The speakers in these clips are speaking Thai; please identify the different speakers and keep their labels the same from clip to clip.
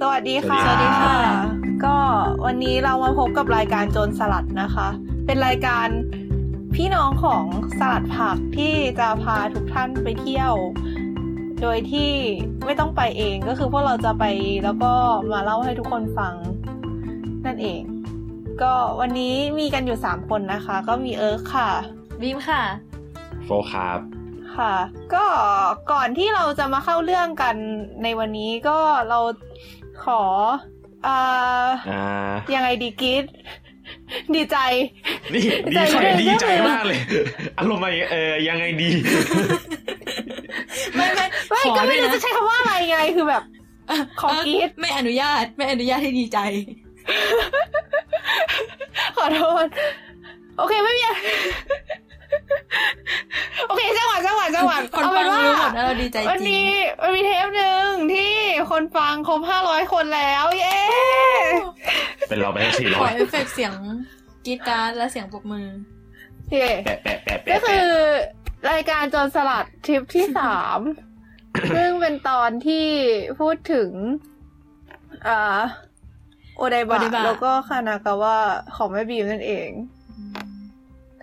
Speaker 1: สวัสดีค่ะ
Speaker 2: สวัสดีค่ะ
Speaker 1: ก็วันนี้เรามาพบกับรายการโจรสลัดนะคะ เป็นรายการพี่น้องของสลัดผักที่จะพาทุกท่านไปเที่ยว โดยที่ไม่ต้องไปเองก็คือพวกเราจะไปแล้วก็มาเล่าให้ทุกคนฟังนั่นเอง ก็วันนี้มีกันอยู่ 3 คนนะคะ ก็มีเอิร์กค่ะ
Speaker 3: บีมค่ะ
Speaker 2: โฟครับ
Speaker 1: ค่ะ ก็ก่อนที่เราจะมาเข้าเรื่องกันในวันนี้ก็เราขอเอ่อ
Speaker 2: อ่า
Speaker 1: ยังไงดีกิด ดีใจ
Speaker 2: นี่
Speaker 1: ใจ
Speaker 2: ดีใจ
Speaker 1: เย็น
Speaker 2: ดีใจ
Speaker 1: ใจเย็น
Speaker 2: มากเลย อารมณ์อะไรเออยังไงดี
Speaker 3: ไม่ไม่
Speaker 1: ไม่
Speaker 3: ขอ
Speaker 1: ก็ไม่
Speaker 3: ด้ว
Speaker 1: รู้
Speaker 3: ยนะ
Speaker 1: จะใช้คำว่าอะไรไงคือ แบบ ขอกรี๊ด
Speaker 3: เไม่อนุญาตไม่อนุญาตให้ดีใจ
Speaker 1: ขอโทษ โอเคไม่มีอะไร โอเคจังหวะจังหวะจังหวะ
Speaker 3: คน
Speaker 1: เอา
Speaker 3: ฟั
Speaker 1: เป็
Speaker 3: ง
Speaker 1: นว่า
Speaker 3: รู้หมดแล้วเราดีใจ
Speaker 1: วัน
Speaker 3: จริง
Speaker 1: นี้มันมีเทปหนึ่งที่คนฟังครบห้าร้อยคนแล้ว เย้
Speaker 2: เป็นเราไปทั้งสี่
Speaker 3: ข
Speaker 2: ร้
Speaker 3: อ
Speaker 2: อย
Speaker 3: เอฟเฟกต์เสียงกรีดกราร์ดและเสียงปรบมือ
Speaker 1: เย้
Speaker 2: แปะแปะแปะ
Speaker 1: ก็
Speaker 2: แปะ
Speaker 1: คื
Speaker 2: แปะ
Speaker 1: อรายการจนสลัดทริปที่สาม ซึ่งเป็นตอนที่พูดถึงเอ่อโอไดบะ
Speaker 3: Odaiba
Speaker 1: แล้วก็คานากาวะของแม่บีมนั่นเอง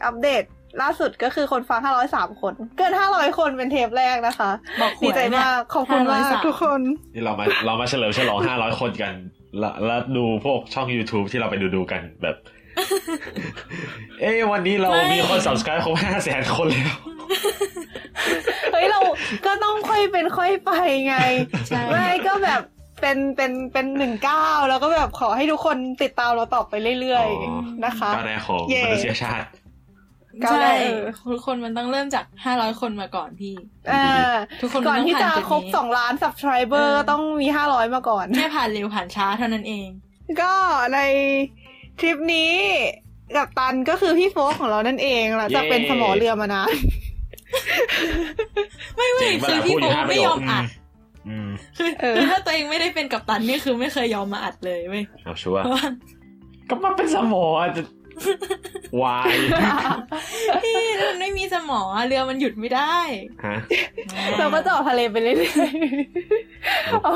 Speaker 1: อัปเดตล่าสุดก็คือคนฟัง 503 คน เกิน 500 คนเป็นเทปแรกนะคะ
Speaker 3: บอกหวย
Speaker 1: ดีใจมาก ขอบคุณมาก
Speaker 3: 503
Speaker 1: ทุกคน
Speaker 2: นี่เรามาเรามาเฉลิมฉลองห้าร้อยคนกันแล้วแล้วดูพวกช่อง YouTube ที่เราไปดูดูๆกันแบบ เอ้วันนี้เรามีคน subscribe ครบห้าแสนคนแล้ว
Speaker 1: เฮ้ย เราก็ต้องค่อยเป็นค่อยไปไง
Speaker 3: ใช่
Speaker 1: ไม่ก็แบบเป็นเป็นเป็นหนึ่งเก้าแล้วก็แบบขอให้ทุกคนติดตามเราต่อไปเรื่อย
Speaker 2: อ๋อ
Speaker 1: ๆนะคะ
Speaker 2: ก้าวแรกของ
Speaker 1: เย้
Speaker 2: มนุษยชาติ
Speaker 1: ก้าว
Speaker 3: ใช่
Speaker 1: แรกเออ
Speaker 3: ทุกคนมันต้องเริ่มจากห้าร้อยคนมาก่อนพี่
Speaker 1: เอ่อ
Speaker 3: ทุกคน
Speaker 1: ก่อนที่จะ
Speaker 3: ต้องผ่านจุดนี้
Speaker 1: ครบสองล้าน subscriber
Speaker 3: เออ
Speaker 1: ต้องมีห้าร้อยมาก่อน
Speaker 3: แค่ผ่านเร็วผ่านช้าเท่านั้นเอง
Speaker 1: ก็ในทริปนี้กับตันก็คือพี่โฟกของเรานั่นเองหลังจาก
Speaker 2: เย้
Speaker 1: เป็นสมอเรือมาน าน
Speaker 3: ไม่
Speaker 2: เ
Speaker 3: ไม่
Speaker 2: จ๋งเว
Speaker 3: คื
Speaker 2: ลา
Speaker 3: อ
Speaker 2: พู
Speaker 3: พี่
Speaker 2: ดอยู่
Speaker 3: โฟก
Speaker 2: ห้าประ
Speaker 3: ไม่
Speaker 2: โย
Speaker 3: ยอ
Speaker 2: ค
Speaker 3: มอัด
Speaker 2: อืม
Speaker 3: คือ
Speaker 1: เออ
Speaker 3: คือถ้าตัวเองไม่ได้เป็นกัปตันนี่คือไม่เคยยอมมาอัดเลยเว้ย
Speaker 2: เอาชัวร์
Speaker 3: เพราะ ว่า
Speaker 2: ก็มาเป็นสมองอ่ะจะวาย
Speaker 3: พี่มันไม่มีสมองอะเรือมันหยุดไม่ได้
Speaker 2: ฮะ
Speaker 1: เราก็จะออกทะเลไปเรื่อยๆ เอา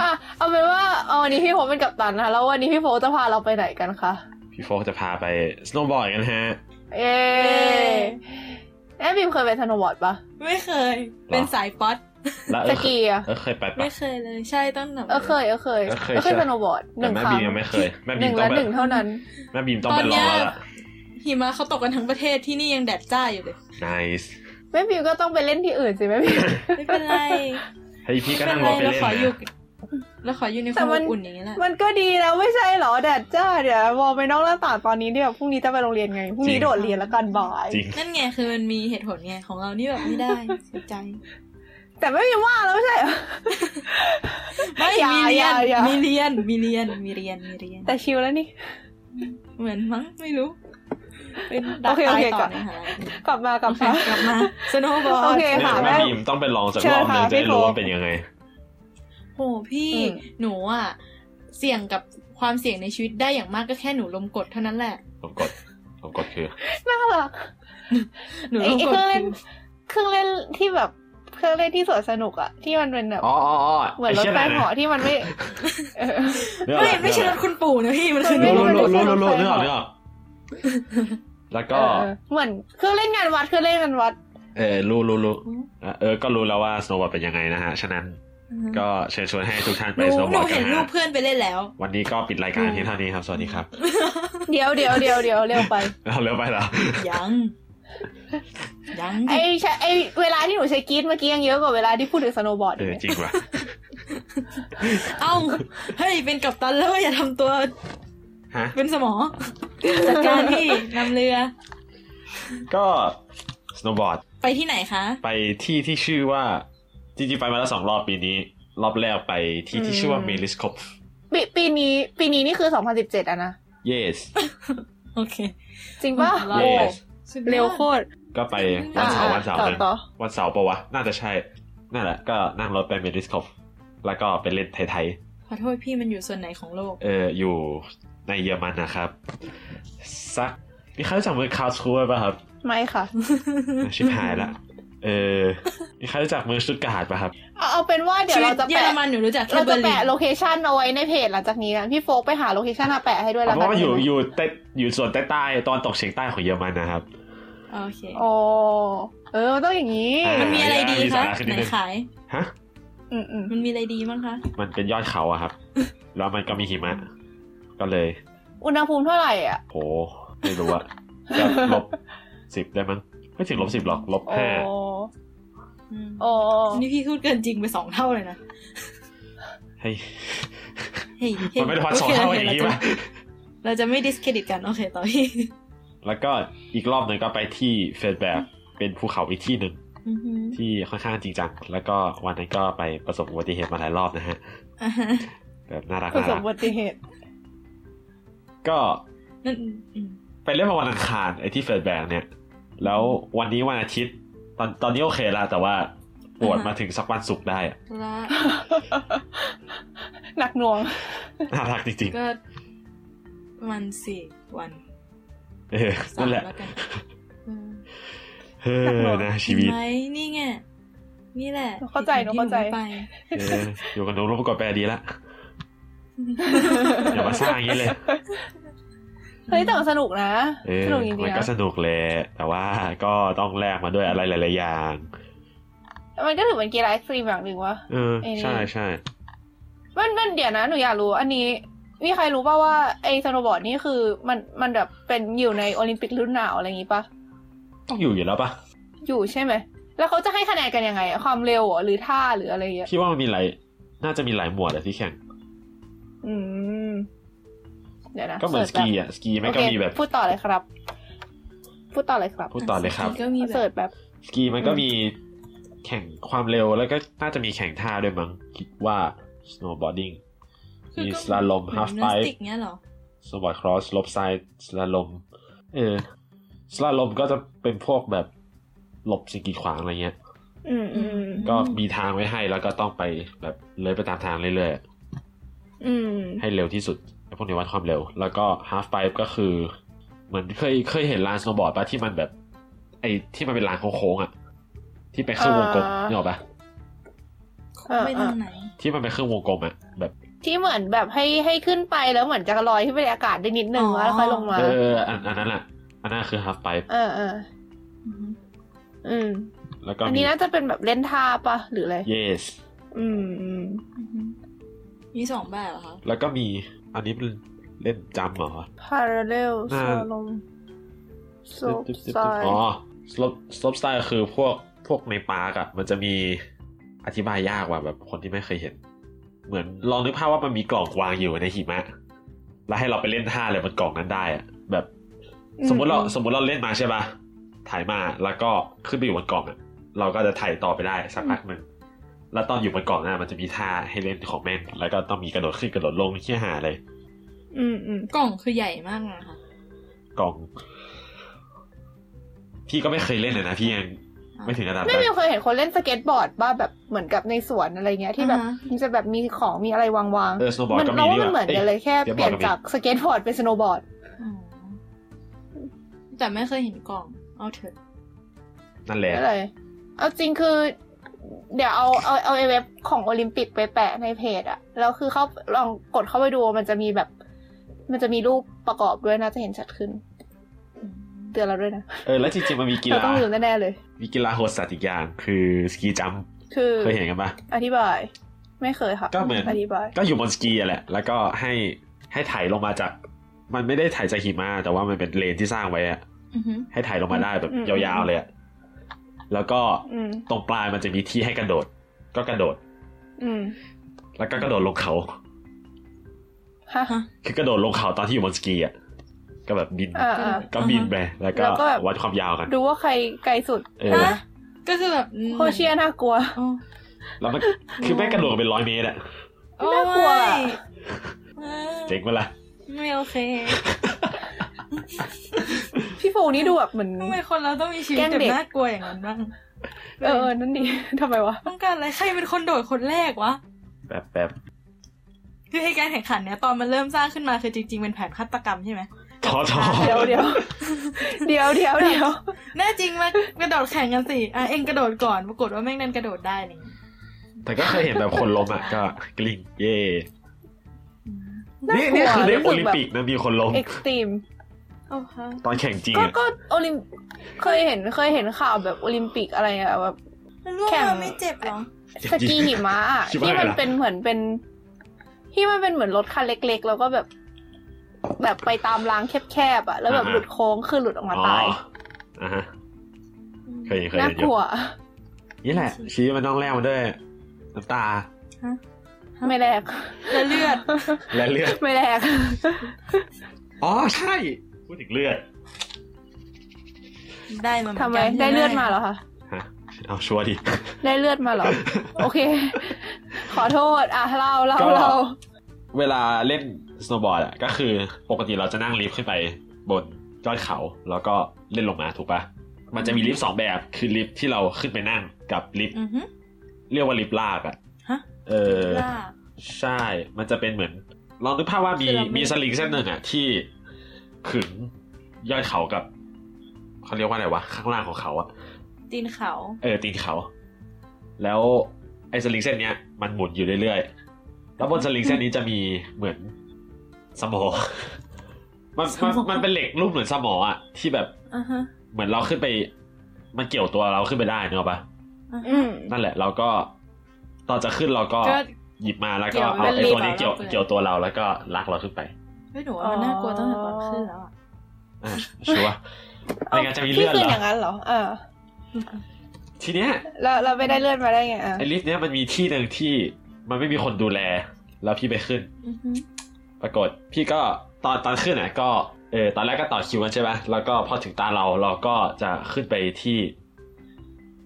Speaker 1: อ่ะเอาเป็นว่าเอาวันนี้พี่โฟกเป็นกับตันนะแล้ววันนี้พี่โฟกจะพาเราไปไหนกันคะ
Speaker 2: พี่โฟกจะพาไปสโนว์บอร์ดกันฮะ
Speaker 1: เย้แม่บีมเคยไปสโนว์บอร์ดปะ
Speaker 3: ไม่เคย เป็นสายป๊อต
Speaker 2: แล้ว
Speaker 1: ส
Speaker 2: เออ
Speaker 1: กีอะ
Speaker 2: เออเคยไปปะ
Speaker 3: ไม่เคยเลย ใช่ต้องแบบ
Speaker 1: เออเคยเออเคย
Speaker 2: เออเคย
Speaker 1: เออเคย
Speaker 2: ใช่
Speaker 1: สโนว์บอร์ดห
Speaker 2: แต่
Speaker 1: นึ่ง
Speaker 2: แม่
Speaker 1: ครั้
Speaker 2: บี
Speaker 1: ง
Speaker 2: มยังไม่เคย แม่
Speaker 1: ห
Speaker 2: บี
Speaker 1: นึ่
Speaker 2: ม
Speaker 1: ง
Speaker 2: ต้
Speaker 1: และ
Speaker 2: องแบ
Speaker 1: หนึ่
Speaker 2: บ
Speaker 1: งเท่านั้น
Speaker 2: แม่บีมต้อง
Speaker 3: ตอ
Speaker 2: ไป
Speaker 3: น
Speaker 2: ลอง
Speaker 3: เนี้ย
Speaker 2: แล้วล่ะ
Speaker 3: หิมะเขาตกกันทั้งประเทศที่นี่ยังแดดจ้าอยู่เลย
Speaker 2: nice
Speaker 1: แม่บีมก็ต้องไปเล่นที่อื่นสิแม่บีม
Speaker 3: ไม่เป็นไร
Speaker 2: ให้ยพี่ก็
Speaker 3: ไม่เป็
Speaker 2: นั่
Speaker 3: น
Speaker 2: ง
Speaker 3: ไร
Speaker 2: รถไป
Speaker 3: เรา
Speaker 2: เล่น
Speaker 3: ขออยู่
Speaker 2: นะ
Speaker 3: เราขออยู่ในค
Speaker 1: แต่
Speaker 3: วาม
Speaker 1: มั
Speaker 3: อน บอุ่นอย่างนี้แหละ
Speaker 1: มันก็ดีแล้วไม่ใช่เหรอแดดจ้าเดี๋ยวมองไปนอกหน้าต่างตอนนี้เนี่ยพรุ่งนี้จะไปโรงเรียนไงพรุ่งนี้โดดเรียนแล้วกันบ่าย
Speaker 2: จริง
Speaker 3: นั่นไงคือมันมีเหตุผลไงของเรานี่แบบไม่ได้เสียใจ
Speaker 1: แต่ไม่มีว่าแล้วไม่ใช่เหรอ
Speaker 3: ไม่
Speaker 1: อย่า
Speaker 3: มีเรียน
Speaker 1: อย่า
Speaker 3: มีเรียนมีเรียนมีเรียนมีเรียน
Speaker 1: แต่ชิลแล้วนี่
Speaker 3: เหมือนมั้งไม่รู้ เป็นดั
Speaker 1: โอก เคโอ
Speaker 3: ตาย
Speaker 1: เค
Speaker 3: ต่
Speaker 1: กลั
Speaker 3: อบ ในมหาลัย
Speaker 1: กลับมากลับมา
Speaker 3: กลับมาสโนว์บอร์ด
Speaker 1: โอเค
Speaker 2: เนี่ย
Speaker 1: ค่ะแม่
Speaker 2: แม่บีมต้องไปลองสัก
Speaker 1: เชิญ
Speaker 2: รอบหนึง
Speaker 1: ค่ะพี่
Speaker 2: จะได้
Speaker 1: โฟ
Speaker 2: รู้
Speaker 1: ก
Speaker 2: ว่าเป็นยังไง
Speaker 3: โหพี่
Speaker 1: อืม
Speaker 3: หนูอ่ะ เสี่ยงกับความเสี่ยงในชีวิตได้อย่างมากก็แค่หนูลมกดเท่านั้นแหละ
Speaker 2: ผมกด ผมกดคือ
Speaker 1: น่ารัก
Speaker 3: หนูลมกด
Speaker 1: ไอ้ไอ้เครื่องเล่นเครื่อง
Speaker 3: คือ
Speaker 1: เล่นที่แบบเครื่องเล่นที่สวนสนุกอะที่มันเป็นแบบ
Speaker 2: อ๋ออ๋ออ๋อ
Speaker 1: เหมือนรถไฟเหาะที่มันไม่เออ
Speaker 3: ไม่ไม่ใช่รถคุณปู่นะพี่มันคือหนู
Speaker 2: รู้
Speaker 3: ล
Speaker 2: รู้
Speaker 3: มก
Speaker 2: รู้
Speaker 3: ด
Speaker 2: รู้รู้รู้
Speaker 1: ไม่ใช่รถไฟ
Speaker 2: เนื้อออ
Speaker 1: เหาะ
Speaker 2: กเนื้อออกแล้วก็
Speaker 1: เออเหมือนเครื่องเล่นงานวัดเครื่องเล่นงานวัด
Speaker 2: เออรู้รู้รู้อ่ะเออ ก็รู้แล้วว่าสโนว์บอร์ดเป็นยังไงนะฮะ ฉะนั้นก็เชิญชวนให้ทุกท่าน
Speaker 3: ห
Speaker 2: ไป
Speaker 3: นู
Speaker 2: สโนว์
Speaker 3: ห
Speaker 2: บอ
Speaker 3: นู
Speaker 2: ร์ดกั
Speaker 3: เห็
Speaker 2: น
Speaker 3: นรู
Speaker 2: ฮะ
Speaker 3: ปเพื่อนไปเล่นแล้ว
Speaker 2: วันนี้ก็ปิดรายการเพียงเท่านี้ครับ สวัสดีครับ
Speaker 1: เดี๋ยวเดี๋ยวเดี๋ยวเดี๋ยวเร็วไป
Speaker 2: เราเร็วไปแล้ว
Speaker 3: ยัง ยัง
Speaker 1: ไอใช้ไอเวลาที่หนูใช้กรีดเมื่อกี้ยังเยอะกว่าเวลาที่พูดถึงสโนว์บอร์ด
Speaker 2: เอ
Speaker 1: อีกเนี่
Speaker 2: อ
Speaker 1: ย
Speaker 2: จริงว่ะ
Speaker 3: เอ้าเฮ้ยเป็นกัปตันแล้วอย่าทำตัว
Speaker 2: ฮะ
Speaker 3: เป็นสมอจัดการพี่นำเรือ
Speaker 2: ก็สโนว์บอร์ด
Speaker 3: ไปที่ไหนคะ
Speaker 2: ไปที่ที่ชื่อว่า จริงๆ ไปมาแล้วสองรอบปีนี้ รอบแรกไปที่ที่ชื่อว่าเมลิสคอป
Speaker 1: ปีปีนี้ปีนี้นี่คือ 2017อะนะ
Speaker 2: yes
Speaker 3: โอเค
Speaker 1: จริงป่ะ
Speaker 3: เรา
Speaker 1: โอ้
Speaker 2: yes
Speaker 3: สุดยอด
Speaker 1: เร็วโคตร
Speaker 2: ก็ไปวันเสาร์วันเสาร์
Speaker 1: อ่า
Speaker 2: นึง
Speaker 1: ต่อ
Speaker 2: วันเสาร์ปะวะ น่าจะใช่ นั่นแหละ ก็นั่งรถไปเมลิสคอป แล้วก็ไปเล่นไทย
Speaker 3: ขอโทษพี่มันอยู่ส่วนไหนของโลก
Speaker 2: ๆเอออยู่ในเยอรมันนะครับ ซักมีใครรู้จักเมืองคาสคูไว้ป่ะครับ
Speaker 1: ไม่ค่ะ
Speaker 2: ชิบหายละ เออ มีใครรู้จักเมืองสตุตการ์ดปะครับ
Speaker 1: เอาเอาเป็นว่าเดี๋ย
Speaker 3: ชี
Speaker 1: ว
Speaker 3: วิ
Speaker 1: เรา
Speaker 3: ต
Speaker 1: จะ
Speaker 3: เยอร
Speaker 1: แปะ
Speaker 3: มันหนูรู้จักแค่
Speaker 1: เรา
Speaker 3: เบอ
Speaker 1: จะ
Speaker 3: ร์ลิ
Speaker 1: แปะ
Speaker 3: น
Speaker 1: โลเคชันเอาไว้ในเพจหลังจากนี้นะพี่โฟกไปหาโลเคชันมาแปะให้ด้วย
Speaker 2: เพ
Speaker 1: แล้ว
Speaker 2: ราะ
Speaker 1: กัน
Speaker 2: ว่าอยู่อยู่ใต้อยู่ส่วนใต้ใต้ตอนตกเฉียงใต้ของเยอรมันนะครับ
Speaker 3: โอเค
Speaker 1: โอ้เออมันต้องอย่างนี้
Speaker 2: อ่ามั
Speaker 3: มันมีอะไรดี
Speaker 2: มีสา
Speaker 3: คะ
Speaker 2: ระขึ้นนิ
Speaker 3: ไห
Speaker 2: ด
Speaker 3: น
Speaker 2: นึง
Speaker 3: ขาย
Speaker 2: ฮะ
Speaker 1: อืมอืม
Speaker 3: มันมีอะไรดีบ้างคะ
Speaker 2: มันเป็นยอดเขาอะครับ แล้วมันก็มีหิมะ ก็เลย
Speaker 1: อุณหภูมิเท่าไหร่อ่ะ
Speaker 2: โห ไม่รู้อะก็ลบสิบได้มั้ง ไม่ถึงลบสิบหรอก ลบ
Speaker 1: โอ้
Speaker 2: ห้า
Speaker 3: อืม
Speaker 1: โอ้
Speaker 3: นี่พี่พูดเกินจริงไปสองเท่าเลยนะ
Speaker 2: เฮ้ย
Speaker 3: เฮ้ยเฮ้ย
Speaker 2: มันไม่ได้วัด
Speaker 3: โ
Speaker 2: สองเท่าอย่างนี้ปะ
Speaker 3: เราจะไม่ดิสเครดิตกัน โอเคต่อพี่
Speaker 2: แล้วก็อีกรอบหนึ่งก็ไปที่เฟรดแบกเป็นภูเขาอีกที่หนึ่ง
Speaker 3: อือหือ
Speaker 2: ที่ค่อนข้างจริงจัง แล้วก็วันนั้นก็ไปประสบอุบัติเหตุมาหลายรอบนะฮะ
Speaker 3: อ่าฮะ
Speaker 2: แบบน่ารัก
Speaker 1: ประ
Speaker 2: น่า
Speaker 1: สบ
Speaker 2: รัก
Speaker 1: อุบัติเหตุ
Speaker 2: ก็
Speaker 3: นั่นอืม
Speaker 2: ไปเล่นมาวันอังคารไอ้ที่เฟรดแบกเนี่ย แล้ววันนี้วันอาทิตย์ ตอนตอนนี้โอเคละแต่ว่าปวดมาถึงสักวันศุกร์ได้อะ
Speaker 3: ธุระ
Speaker 1: หนักหน่วง
Speaker 2: น่ารักจริง
Speaker 3: ก็ประมันสี่วัน
Speaker 2: ๆเออ
Speaker 3: สาม
Speaker 2: นั่นแหละ
Speaker 3: แล้วกันอืม
Speaker 2: เออนะชีวิต
Speaker 3: เห็นไหมนี่ไงนี่แหละ
Speaker 1: เข้าใจหนูเข้าใจ
Speaker 3: ที่ไม่ไป
Speaker 2: เอออยู่กับหนูรูปกดแปลดีละอย่ามาสร้างอย่างนี้เลย
Speaker 1: เฮ้ยแต่มันสนุกนะ
Speaker 2: เออ
Speaker 1: สนุกจริง
Speaker 2: มัน
Speaker 1: ๆ
Speaker 2: ก็
Speaker 1: นะ
Speaker 2: สนุกแหละแต่ว่าก็ต้องแลกมาด้วยอะไรหลายๆอย่าง
Speaker 1: มันก็ถือเป็นกีฬาเอ็กซ์ตรีมอย่างหนึ่งวะ
Speaker 2: เออ
Speaker 1: เออ
Speaker 2: ใช่ใช่
Speaker 1: มันมันเดี๋ยวนะหนูอยากรู้ อันนี้มีใครรู้ป่าวว่าไอ้สโนว์บอร์ดนี่คือมันมันแบบเป็นอยู่ในโอลิมปิกฤดูหนาวอะไรอย่างงี้ปะ
Speaker 2: ต้องอยู่อยู่แล้วปะ
Speaker 1: อยู่ใช่ไหม แล้วเขาจะให้คะแนนกันยังไงอะความเร็วเหรอหรือท่าหรืออะไรอย่างเงี้ย
Speaker 2: พี่ว่ามันมีหลายน่าจะมีหลายหมวดอะที่แข่ง
Speaker 1: อืม เดี๋ยวนะ
Speaker 2: ก็เหมือนส
Speaker 1: สิร์ช
Speaker 2: กี
Speaker 1: แป๊บ
Speaker 2: อ่ะสกีมันก็มีแบบ
Speaker 1: โอเคพูดต่อเลยครับ พูดต่อเลยครับ
Speaker 2: พูดต่อเลยครับ
Speaker 3: ก็มีแบ
Speaker 1: เสิร์
Speaker 3: บ
Speaker 1: ชแบบ
Speaker 2: สกีมันก็มีแข่งความเร็วแล้วก็น่าจะมีแข่งท่าด้วยมั้งคิดว่า snowboarding มีสลาลอม half
Speaker 3: เหมือน
Speaker 2: pipe
Speaker 3: ยิมนาสติกเนี้ยเหรอ
Speaker 2: snowboard cross ลบไซด์สลาลอมเออสลาลอมก็จะเป็นพวกแบบหลบสิ่งกีดขวางอะไรเงี้ย
Speaker 1: อืมอืม
Speaker 2: ก็มีทางไว้ให้แล้วก็ต้องไปแบบเลยไปตามทางเรื่อยๆ
Speaker 1: อืม
Speaker 2: ให้เร็วที่สุดไอ้พวกนี้วัดความเร็ว แล้วก็ half pipe ก็คือ เหมือนเคยเคยเห็นลานสโนว์บอร์ดปะที่มันแบบ ไอ้ที่มันเป็นลานโค้งๆอ่ะ ที่เป็นเครื่องวงกลมนี่หรอกปะ
Speaker 3: ไม่ทางไหน
Speaker 2: ที่มันเป็นเครื่องวงกลมอ่ะแบบ
Speaker 1: ที่เหมือนแบบให้ให้ขึ้นไปแล้วเหมือนจะลอยขึ้นไปในอากาศได้นิดนึง
Speaker 3: อ๋อ
Speaker 1: แล้วค่อยลงมา
Speaker 2: เอออันอันนั้นอ่ะอันนั้นคือ half pipe
Speaker 1: เออเออ
Speaker 3: อือหือ
Speaker 1: อืม
Speaker 2: แล้วก็
Speaker 1: อัน
Speaker 2: มี
Speaker 1: นี้น่าจะเป็นแบบเล่นท่าปะหรืออะไร
Speaker 2: yes
Speaker 1: อืมอืม
Speaker 3: อือหือมีสองแบบเหรอคะ
Speaker 2: แล้วก็มี อันนี้มันเล่นจำเหรอ
Speaker 1: พาราเรล
Speaker 2: น่า
Speaker 1: สลมโซบไซ
Speaker 2: อ๋อ slope slope style คือพวกพวกในปาร์กอะมันจะมีอธิบายยากว่ะแบบคนที่ไม่เคยเห็น เหมือนลองนึกภาพว่ามันมีกล่องวางอยู่ในหิมะ แล้วให้เราไปเล่นท่าอะไรบนกล่องนั้นได้อะแบบ สมมติเราสมมติเราเล่นมาใช่ปะถ่ายมาแล้วก็ขึ้นไปอยู่บนกล่องอะเราก็จะถ่ายต่อไปได้สักพักหนึ่งแล้วตอนอยู่บนกล่องน่ะมันจะมีท่าให้เล่นของแม่นแล้วก็ต้องมีกระโดดขึ้นกระโดดลงเที่ยหาเลย
Speaker 1: อืมอืม
Speaker 3: กล่องคือใหญ่มากนะคะ
Speaker 2: กล่อง พี่ก็ไม่เคยเล่นเลยนะพี่ยังไม่ถึงขนาด
Speaker 1: ไม่
Speaker 2: นั้น
Speaker 1: มีเคยเห็นคนเล่นสเก็ตบอร์ดป่ะแบบเหมือนกับในสวนอะไรเงี้ยที่แบบ
Speaker 3: อ่าฮะ
Speaker 1: มันจะแบบมีของมีอะไรวางวางๆ
Speaker 2: เออสโนว์บอร์ด
Speaker 1: มัน
Speaker 2: ก็มี
Speaker 1: เราว่า
Speaker 2: นี่
Speaker 1: มันเหมือนกัน
Speaker 2: ห
Speaker 1: เล
Speaker 2: ว่า
Speaker 1: ยแค่
Speaker 2: เดี๋ยว
Speaker 1: เปลี่ยน
Speaker 2: บอกกัน
Speaker 1: จากสเก็ตบอร์ดเป็นสโนว์บอร์ด
Speaker 3: อ๋อแต่ไม่เคยเห็นกล่อง เอาเถอะ
Speaker 2: นั่นแหละ
Speaker 1: ก็เลย เอาจริงคือ เดี๋ยวเอาเอาเอาไอ้เว็บของโอลิมปิกไปแปะในเพจอะแล้วคือเขาลองกดเข้าไปดูมันจะมีแบบ มันจะมีรูปประกอบด้วยนะจะเห็นชัดขึ้น เตือนเราด้วยนะ
Speaker 2: เออ แล้วจริงๆ มันมีกี
Speaker 1: เรา
Speaker 2: ฬา
Speaker 1: ต้องลืมแน่ๆเลย
Speaker 2: มีกีฬาโหดสัตว์อีกอย่าง คือสกีจัมป์
Speaker 1: คือ
Speaker 2: เคยเห็นกันปะ
Speaker 1: อธิบาย ไม่เคยค่ะ
Speaker 2: ก็เหมือน
Speaker 1: อธิบาย
Speaker 2: ก็อยู่บนสกีอะแหละ แล้วก็ให้ให้ไถ่ายลงมาจาก มันไม่ได้ไถ่ายจากหิมะแต่ว่ามันเป็นเลนที่สร้างไว้อะ
Speaker 3: อือหือ
Speaker 2: ให้ไถ่ายลงมาได้แบบ
Speaker 1: อืม
Speaker 2: ยาวๆเลยอะแล้วก็
Speaker 1: อืม
Speaker 2: ตรงปลายมันจะมีที่ให้กระโดด ก็กระโดด
Speaker 1: อืม
Speaker 2: แล้วก็กระโดดลงเขา
Speaker 1: ฮะ
Speaker 3: ฮะ
Speaker 2: คือกระโดดลงเขาตอนที่อยู่บนสกีอะก็แบบบิน
Speaker 1: อ่าอ่า
Speaker 2: ก็บินไป แล้วก็
Speaker 1: แล้วก็แบบ
Speaker 2: วัดความยาวกัน
Speaker 1: ดูว่าใครไกลสุด
Speaker 2: เออ
Speaker 3: ฮะก็คือแบบอืม
Speaker 1: โคเชียน่ากลัว
Speaker 3: อ๋อ
Speaker 2: แล้วมัน คือแม่งกระโดดเป็นร้อยเมตรอะ
Speaker 3: โอ้
Speaker 1: น่ากลัว
Speaker 3: ไม่
Speaker 2: เจ๋งเวละ
Speaker 3: ไม่โอเค
Speaker 1: พี่โฟนี่ดูแบบเหมือน
Speaker 3: ทำไมคนเราต้องมีชีวิต
Speaker 1: แกล้ง
Speaker 3: แบบ
Speaker 1: เด็ก
Speaker 3: น่ากลัวอย่างนั้นบ้าง
Speaker 1: เออเออนั่นดิ ทำไมวะ
Speaker 3: ต้องการอะไร ใครเป็นคนโดดคนแรกวะ
Speaker 2: แบบแบบ
Speaker 3: คือให้การแข่งขันเนี้ยตอนมันเริ่มสร้างขึ้นมาคือจริงๆเป็นแผนฆาตกรรมใช่ไหม กับ
Speaker 2: ท้อท้อ
Speaker 1: เดี๋ยวเดี๋ยว เดี๋ยวเดี๋ยวเดี๋ยว
Speaker 3: แน่จริงมากระโดดแข่งกันสิอ่ะเองกระโดดก่อนปรากฏว่าแม่งนั่นกระโดดได้นี่
Speaker 2: แต่ก็เคยเห็นแบบคนล้มอ่ะก็กลิ้งเย่
Speaker 3: อืม
Speaker 2: นี่นี่คือใน
Speaker 1: รู้
Speaker 2: โอ
Speaker 1: สึ
Speaker 2: ลิม
Speaker 1: แบบ
Speaker 2: ปิกนะมีคนล้ม
Speaker 1: เอ็กซ์ตรีม
Speaker 3: เอาฮะ
Speaker 2: ตอนแข่งจริง
Speaker 1: ก็
Speaker 2: อะ
Speaker 1: ก็โอลิมเคยเห็นเคยเห็นข่าวแบบโอลิมปิกอะไรอะแบบ
Speaker 3: มันร่วง
Speaker 1: แข่ง
Speaker 3: มาไม่เจ็บเหรอ
Speaker 1: สกีหิมะอะ
Speaker 2: ชิบ
Speaker 1: ที่
Speaker 2: หาย
Speaker 1: มัน
Speaker 2: ละ
Speaker 1: เป็นเหมือนเป็น ที่มันเป็นเหมือนรถคันเล็ก ๆ แล้วก็แบบ แบบไปตามรางแคบๆอะแล้วแบบหลุดโค้งคือหลุดออกมา
Speaker 2: อ๋อ
Speaker 1: ตาย
Speaker 2: อ่ะฮะ
Speaker 3: อืม
Speaker 2: เคยเห็นเคย
Speaker 1: น่า
Speaker 2: เห็นอก
Speaker 1: ลัว
Speaker 2: ยู่นี่แหละชีวิตมันต้องแลกมาด้วยน้ำตา
Speaker 3: ฮะ
Speaker 1: ไม่แลก
Speaker 3: และเลือด
Speaker 2: และเลือด
Speaker 1: ไม่แลก
Speaker 2: อ๋อใช่พูดถึงเลือด
Speaker 3: ได้มาเหมื
Speaker 1: ทำ
Speaker 3: อน
Speaker 1: ไม
Speaker 3: กัน
Speaker 1: ได้เลือดมา
Speaker 3: ใช่ห
Speaker 1: เหรอคะ
Speaker 2: ฮะเอาชัวร์ดิ
Speaker 1: ได้เลือดมาเหรอ โอเคข อโทษ อ่ะเล่าเล่า
Speaker 2: ก็
Speaker 1: เล่า
Speaker 2: เวลาเล่นสโนว์บอร์ดอะก็คือปกติเราจะนั่งลิฟต์ขึ้นไปบนยอดเขาแล้วก็เล่นลงมาถูกปะมันจะมีลิฟต์สองแบบคือลิฟต์ที่เราขึ้นไปนั่งกับลิฟต์
Speaker 3: อือฮึ
Speaker 2: เรียกว่าลิฟต์ลากอะ
Speaker 3: ฮะ
Speaker 2: เออ
Speaker 3: ลาก
Speaker 2: ใช่มันจะเป็นเหมือนลองนึกภาพว่ามี
Speaker 3: คือเราไม่
Speaker 2: มีสลิงเส้นหนึ่งอะที่ขึงยอดเขากับเขาเรียกว่าอะไรวะข้างล่างของเขาอะ
Speaker 3: ตีนเขา
Speaker 2: เออตีนเขา แล้วไอ้สลิงเส้นเนี้ยมันหมุนอยู่เรื่อยๆ แล้วบนสลิงเส้นนี้จะมีเหมือนสมอ มันมันมันเป็นเหล็กรูปเหมือนสมออ่ะที่แบบ
Speaker 3: อ่าฮะ
Speaker 2: เหมือนเราขึ้นไป มันเกี่ยวตัวเราขึ้นไปได้เนกอะปะ
Speaker 3: อ่าฮะ
Speaker 1: อืม
Speaker 2: นั่นแหละเราก็ตอนจะขึ้นเราก็
Speaker 3: ก็
Speaker 2: หยิบมาแล้ว
Speaker 3: เกี่
Speaker 2: ก็
Speaker 3: ยว
Speaker 2: เอา
Speaker 3: เป็น
Speaker 2: ไอ้
Speaker 3: ลิฟต์
Speaker 2: ตัวนี้เกี่ยว
Speaker 3: เอาเราขึ้น
Speaker 2: เกี่ยวตัวเราแล้วก็ลากเราขึ้นไป
Speaker 3: เฮ้ยหนูว่ามันน่ากลัวตั้งแต่ตอนขึ้นแล้วอ่ะ
Speaker 2: อ่ะชัวร์ไม่งั้นจะมีเลื
Speaker 1: พี่
Speaker 2: อด
Speaker 1: คื
Speaker 2: เห
Speaker 1: อ
Speaker 2: ร
Speaker 1: อย่าง
Speaker 2: อ
Speaker 1: นั้นเหรอเออ
Speaker 2: ทีเนี้ย
Speaker 1: แล้วเราไปได้เลือดมาได้ไงอ่ะ
Speaker 2: ไอลิฟต์เนี้ยมันมีที่หนึ่งที่มันไม่มีคนดูแล แล้วพี่ไปขึ้น
Speaker 3: อือฮึ
Speaker 2: ปรากฏพี่ก็ตอนตอนขึ้นอ่ะก็เออตอนแรกก็ต่อคิวกันใช่ไหมแล้วก็พอถึงตาเราเราก็จะขึ้นไปที่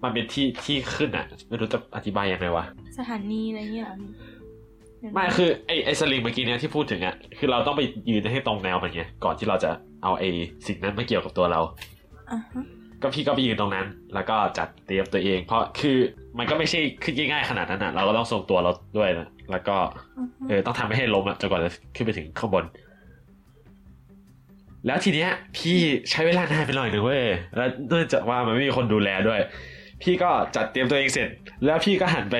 Speaker 2: มันเป็นที่ที่ขึ้นอ่ะ ไม่รู้จะอธิบายยังไงวะ
Speaker 3: สถานีอะไรเงี้ยเหรอพี่
Speaker 2: ไม่คือไอไอสลิงเมื่อกี้เนี้ยที่พูดถึงอ่ะคือเราต้องไปยืนให้ตรงแนวมันไงก่อนที่เราจะเอาไอสิ่งนั้นมาเกี่ยวกับตัวเรา
Speaker 3: อ่าฮะ
Speaker 2: ก็พี่ก็ไปยืนตรงนั้น แล้วก็จัดเตรียมตัวเอง เพราะคือมันก็ไม่ใช่ขึ้นง่ายๆขนาดนั้นอ่ะเราก็ต้องทรงตัวเราด้วยนะแล้วก็
Speaker 3: อ่าฮะ
Speaker 2: เออต้องทำให้ให้ล้มอะจนกว่าจะขึ้นไปถึงข้างบน แล้วทีเนี้ย พี่ใช้เวลานานไปหน่อยหนึ่งเว้ยแล้วเนื่องจากว่ามันไม่มีคนดูแลด้วย พี่ก็จัดเตรียมตัวเองเสร็จ แล้วพี่ก็หันไป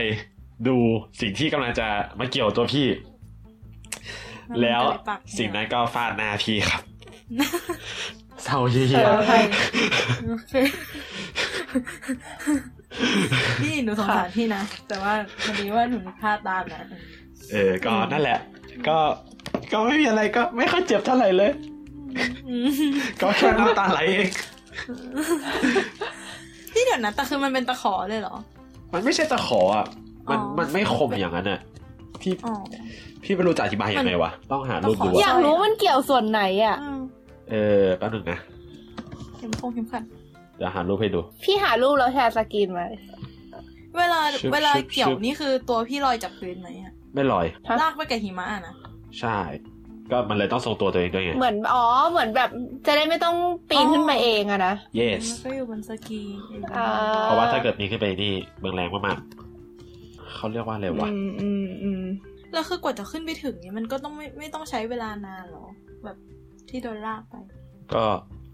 Speaker 2: ดูสิ่งที่กำลังจะมาเกี่ยวตัวพี่ แล้ว
Speaker 3: มันก็เยปัก
Speaker 2: สิ่งนั้นก็ฟาดหน้าพี่ครับ
Speaker 3: นะ
Speaker 2: เศร้าเยี่
Speaker 1: เอยอใคร
Speaker 3: โอเค พี่หนูสงสารพี่นะ แต่ว่าพอดีว่าหนูนึกภาพตามนะ
Speaker 2: เออ ก็นั่นแหละ ก็ก็ไม่มีอะไรก็ไม่ค่อยเจ็บเท่าไหร่เลย ก็แค่น้ำตาไหลเอง
Speaker 3: พี่เดี๋ยวนะแต่คือมันเป็นตะขอเลยเหรอ
Speaker 2: มันไม่ใช่ตะขออ่ะมัน
Speaker 3: อ๋อ
Speaker 2: มันไม่คมอย่างนั้นอ่ะพี่
Speaker 3: อ๋อ
Speaker 2: พี่ไม่รู้จะอธิบายยังไงวะ ต้องหารูปดู
Speaker 3: ต้งข
Speaker 1: อ
Speaker 2: อะ
Speaker 1: ยากรู้มันเกี่ยวส่วนไหนอ่ะ
Speaker 3: อืม
Speaker 2: เออแป๊บหนึงนะ
Speaker 3: เข็มคงเข็มขัด
Speaker 2: เดี๋ยวหารูปให้ดู
Speaker 1: พี่หารูปแล้วแชร์สกรีนไหม
Speaker 3: เวลา
Speaker 2: ชึบ
Speaker 3: เวลา
Speaker 2: ชึบ
Speaker 3: เกี่ย
Speaker 2: ชึ
Speaker 3: ว
Speaker 2: บ
Speaker 3: นี่คือตัวพี่ลอยจากพื้นไหมอะ
Speaker 2: ไม่ลอย
Speaker 3: ลากไปกับหิมะอะนะ
Speaker 2: ใช่ ก็มันเลยต้องทรงตัวตัวเองด้วยไง
Speaker 1: เหมือนอ๋อเหมือนแบบจะได้ไม่ต้องปีนขึ้นไปเองอะนะ
Speaker 2: yes
Speaker 3: มันก็อยู่บนสกีอยู่บน
Speaker 1: อ่า
Speaker 2: เพราะว่าถ้าเกิดนี้ขึ้นไปนี่เบืองแรงมากๆเขาเรียกว่าอะไรวะ
Speaker 1: อืมอืมอืม
Speaker 3: แล้วคือกว่าจะขึ้นไปถึงเนี่ยมันก็ต้องไม่ไม่ต้องใช้เวลานานเหรอ แบบที่โดนลากไป
Speaker 2: ก็